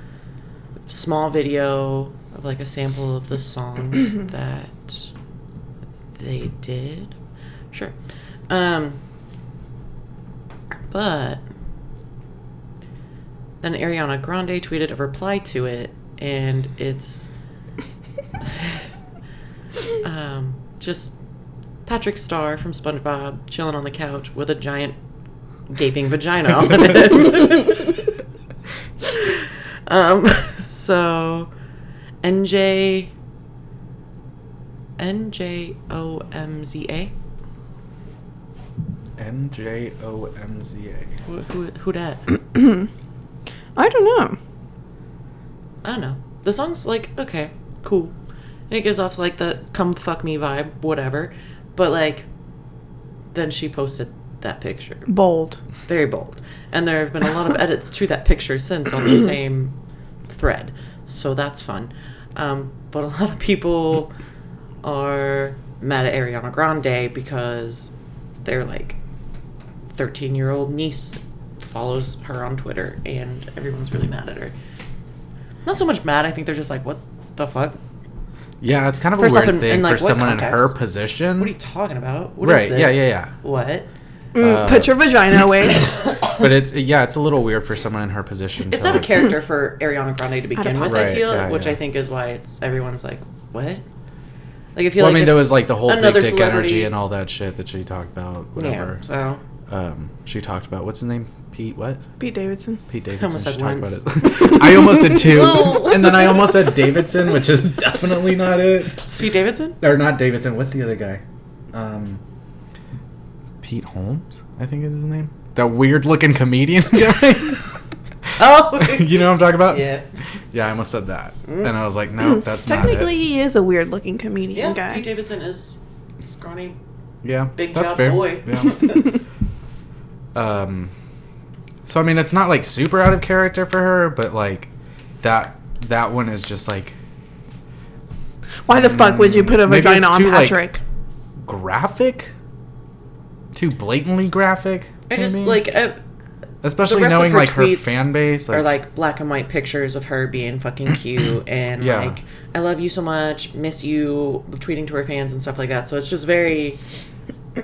S3: small video of like a sample of the song that they did. Sure. Um, but then Ariana Grande tweeted a reply to it, and it's um, just Patrick Starr from SpongeBob chilling on the couch with a giant gaping vagina on it. um, [laughs] so NJ NJOMZA.
S5: N J O M Z A.
S3: Who, who, who dat?
S4: I don't know.
S3: I don't know. The song's like, okay, cool. And it gives off like the come fuck me vibe, whatever. But like, then she posted that picture.
S4: Bold.
S3: Very bold. And there have been a lot of edits to that picture since on
S5: [coughs]
S3: the same thread. So that's fun. Um, but a lot of people are mad at Ariana Grande because their like 13 year old niece follows her on Twitter and everyone's really mad at her. Not so much mad, I think they're just like, what the fuck?
S5: Yeah, it's kind of
S3: First
S5: a
S3: off,
S5: weird
S3: in-
S5: thing
S3: in, like,
S5: for
S3: what
S5: someone in
S3: context?
S5: her position.
S3: What are you talking about? What is
S5: Right, yeah,
S3: this?
S5: yeah, yeah.
S3: What?
S4: Mm,
S5: Uh,
S4: put your vagina
S3: [laughs]
S4: away.
S5: but it's yeah, it's a little weird for someone in her position.
S3: It's
S5: to,
S3: out of
S5: like-
S3: character for Ariana Grande to begin with, I
S5: pocket.
S3: feel,
S5: Right, yeah,
S3: which
S5: yeah.
S3: I think is why it's everyone's like, what? Like, I feel
S5: Well,
S3: like
S5: I mean,
S3: if-
S5: there was like the whole big
S3: another
S5: dick energy
S3: celebrity-
S5: and all that shit that she talked about. Whatever.
S3: [laughs] yeah. So
S5: Um, she talked about what's his name? Pete what?
S4: Pete Davidson.
S5: Pete Davidson.
S3: almost
S5: she
S3: said
S5: talked
S3: once.
S5: about it. [laughs] I almost did
S3: [laughs]
S5: two, and then I almost said Davidson, which is definitely not it.
S3: Pete Davidson, [laughs]
S5: Or not Davidson. What's the other guy? Um, Pete Holmes, I think is his name. That weird looking comedian guy. [laughs]
S3: Oh. [laughs]
S5: you know what I'm talking about?
S3: yeah, Mm. Hmm.
S5: Yeah, I almost said that, and I was like, no, that's not it.
S4: Technically, he is a weird looking
S3: yeah.
S4: comedian guy.
S3: Pete Davidson is scrawny,
S5: Yeah,
S3: big
S5: that's
S3: job
S5: fair.
S3: boy.
S5: Yeah.
S3: [laughs]
S5: um so i mean it's not like super out of character for her but like that that one is just like
S4: Why the fuck would you put a
S5: Maybe it's
S4: vagina on
S5: too, like-
S4: Patrick?
S5: graphic too blatantly graphic
S3: I just
S5: maybe?
S3: like uh,
S5: especially
S3: the rest of
S5: knowing
S3: her
S5: like her
S3: tweets
S5: fan base
S3: are like black and white pictures of her
S5: [clears throat]
S3: being fucking cute and
S5: Yeah.
S3: like I love you so much, miss you, tweeting to her fans and stuff like that. So it's just very, [clears throat]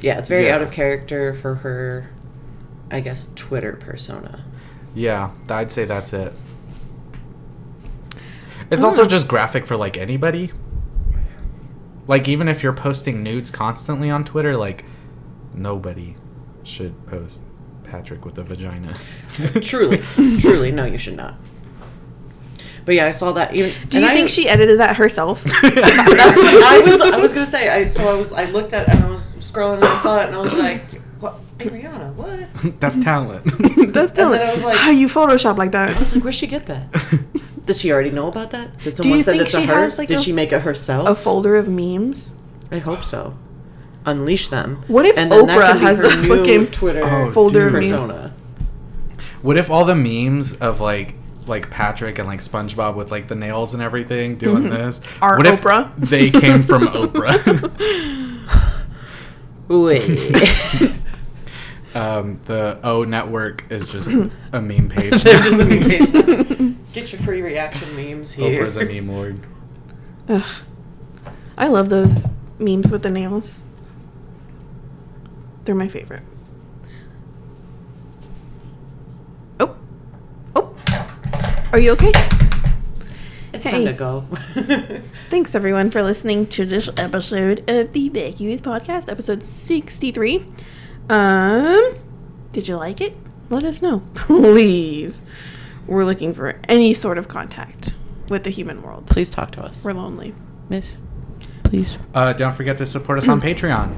S3: yeah, it's very
S5: Yeah.
S3: out of character for her, I guess, Twitter persona.
S5: yeah i'd say that's it it's also just graphic for like anybody like even if you're posting nudes constantly on twitter like nobody should post Patrick with a vagina.
S4: [laughs]
S3: truly, truly, no, you should not. But yeah, I saw that. Even
S4: Do you
S3: and I-
S4: think she edited that
S5: [laughs]
S4: herself?
S3: That's what I was. um, I was gonna say. I so I was. I looked at it and I was scrolling and I saw it and I was like, "What, hey, Rihanna?
S5: [laughs]
S3: What?"
S5: That's
S4: [laughs]
S5: talent.
S4: [laughs] That's
S3: And then
S4: telling.
S3: I was like-
S4: How you Photoshop like
S3: I
S4: that?
S3: was like, "Where'd she get that?
S4: [laughs]
S3: Did she already know about that? Did someone
S4: you
S3: send it
S4: think
S3: to
S4: she
S3: her?
S4: has, like,
S3: Did
S4: a-
S3: she make it
S4: A
S3: herself?
S4: folder of memes.
S3: I hope so. Unleash them.
S4: What if
S3: and then that
S4: Oprah
S3: could be
S4: has
S3: her
S4: a
S3: new
S4: fucking
S5: [laughs]
S3: Twitter
S5: Oh,
S4: folder of
S5: dude.
S4: memes?
S3: persona?
S5: What if all the memes of like like Patrick and like SpongeBob with like the nails and everything doing this
S4: Mm-hmm. Are
S5: what if
S4: Oprah?
S5: They came
S4: [laughs]
S5: from Oprah. [laughs]
S4: [laughs]
S3: Wait.
S5: um, the O Network is
S4: [laughs]
S5: just a meme page.
S3: They're just looking patient. Get your free reaction memes here.
S5: Oprah's a meme lord.
S4: Ugh. I love those memes with the nails. They're my favorite. Oh. Oh. Are you okay?
S3: It's time
S4: Hey.
S3: to go. [laughs]
S4: Thanks everyone for listening to this episode of the Bakeries Podcast, episode 63. Um did you like it? Let us know, [laughs] please. We're looking for any sort of contact with the human world.
S3: Please talk to us,
S4: We're lonely.
S3: Miss. Please.
S5: Uh, don't forget to support us on Patreon.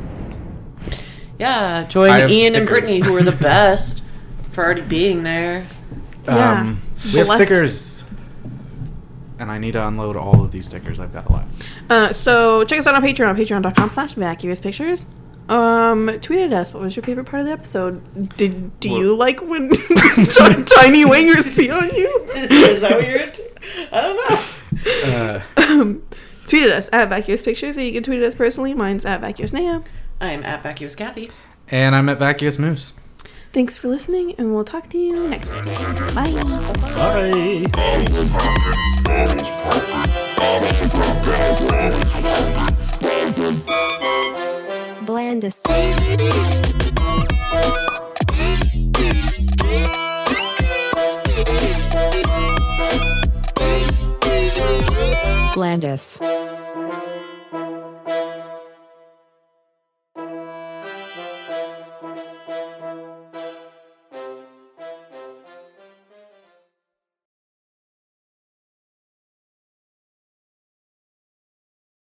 S3: Yeah, join
S5: I have
S3: Ian and
S5: stickers.
S3: Brittany, who are the best for already being there.
S4: Yeah.
S5: Um, we have
S4: Bless-
S5: stickers. And I need to unload all of these stickers. I've got a lot.
S4: Uh, so check us out on Patreon, patreon.com slash vacuous pictures. Um, tweet at us. What was your favorite part of the episode? Did do you like when [laughs] t- tiny wingers pee on you?
S3: [laughs] Is that weird? I don't know.
S5: Uh,
S4: Um, tweet at us at vacuous pictures, or you can tweet at us personally. Mine's at vacuous naya.
S3: I'm at Vacuous Kathy.
S5: and I'm at Vacuous Moose.
S4: Thanks for listening, and we'll talk to you next week. Bye.
S5: Bye.
S2: Blandis. Blandis.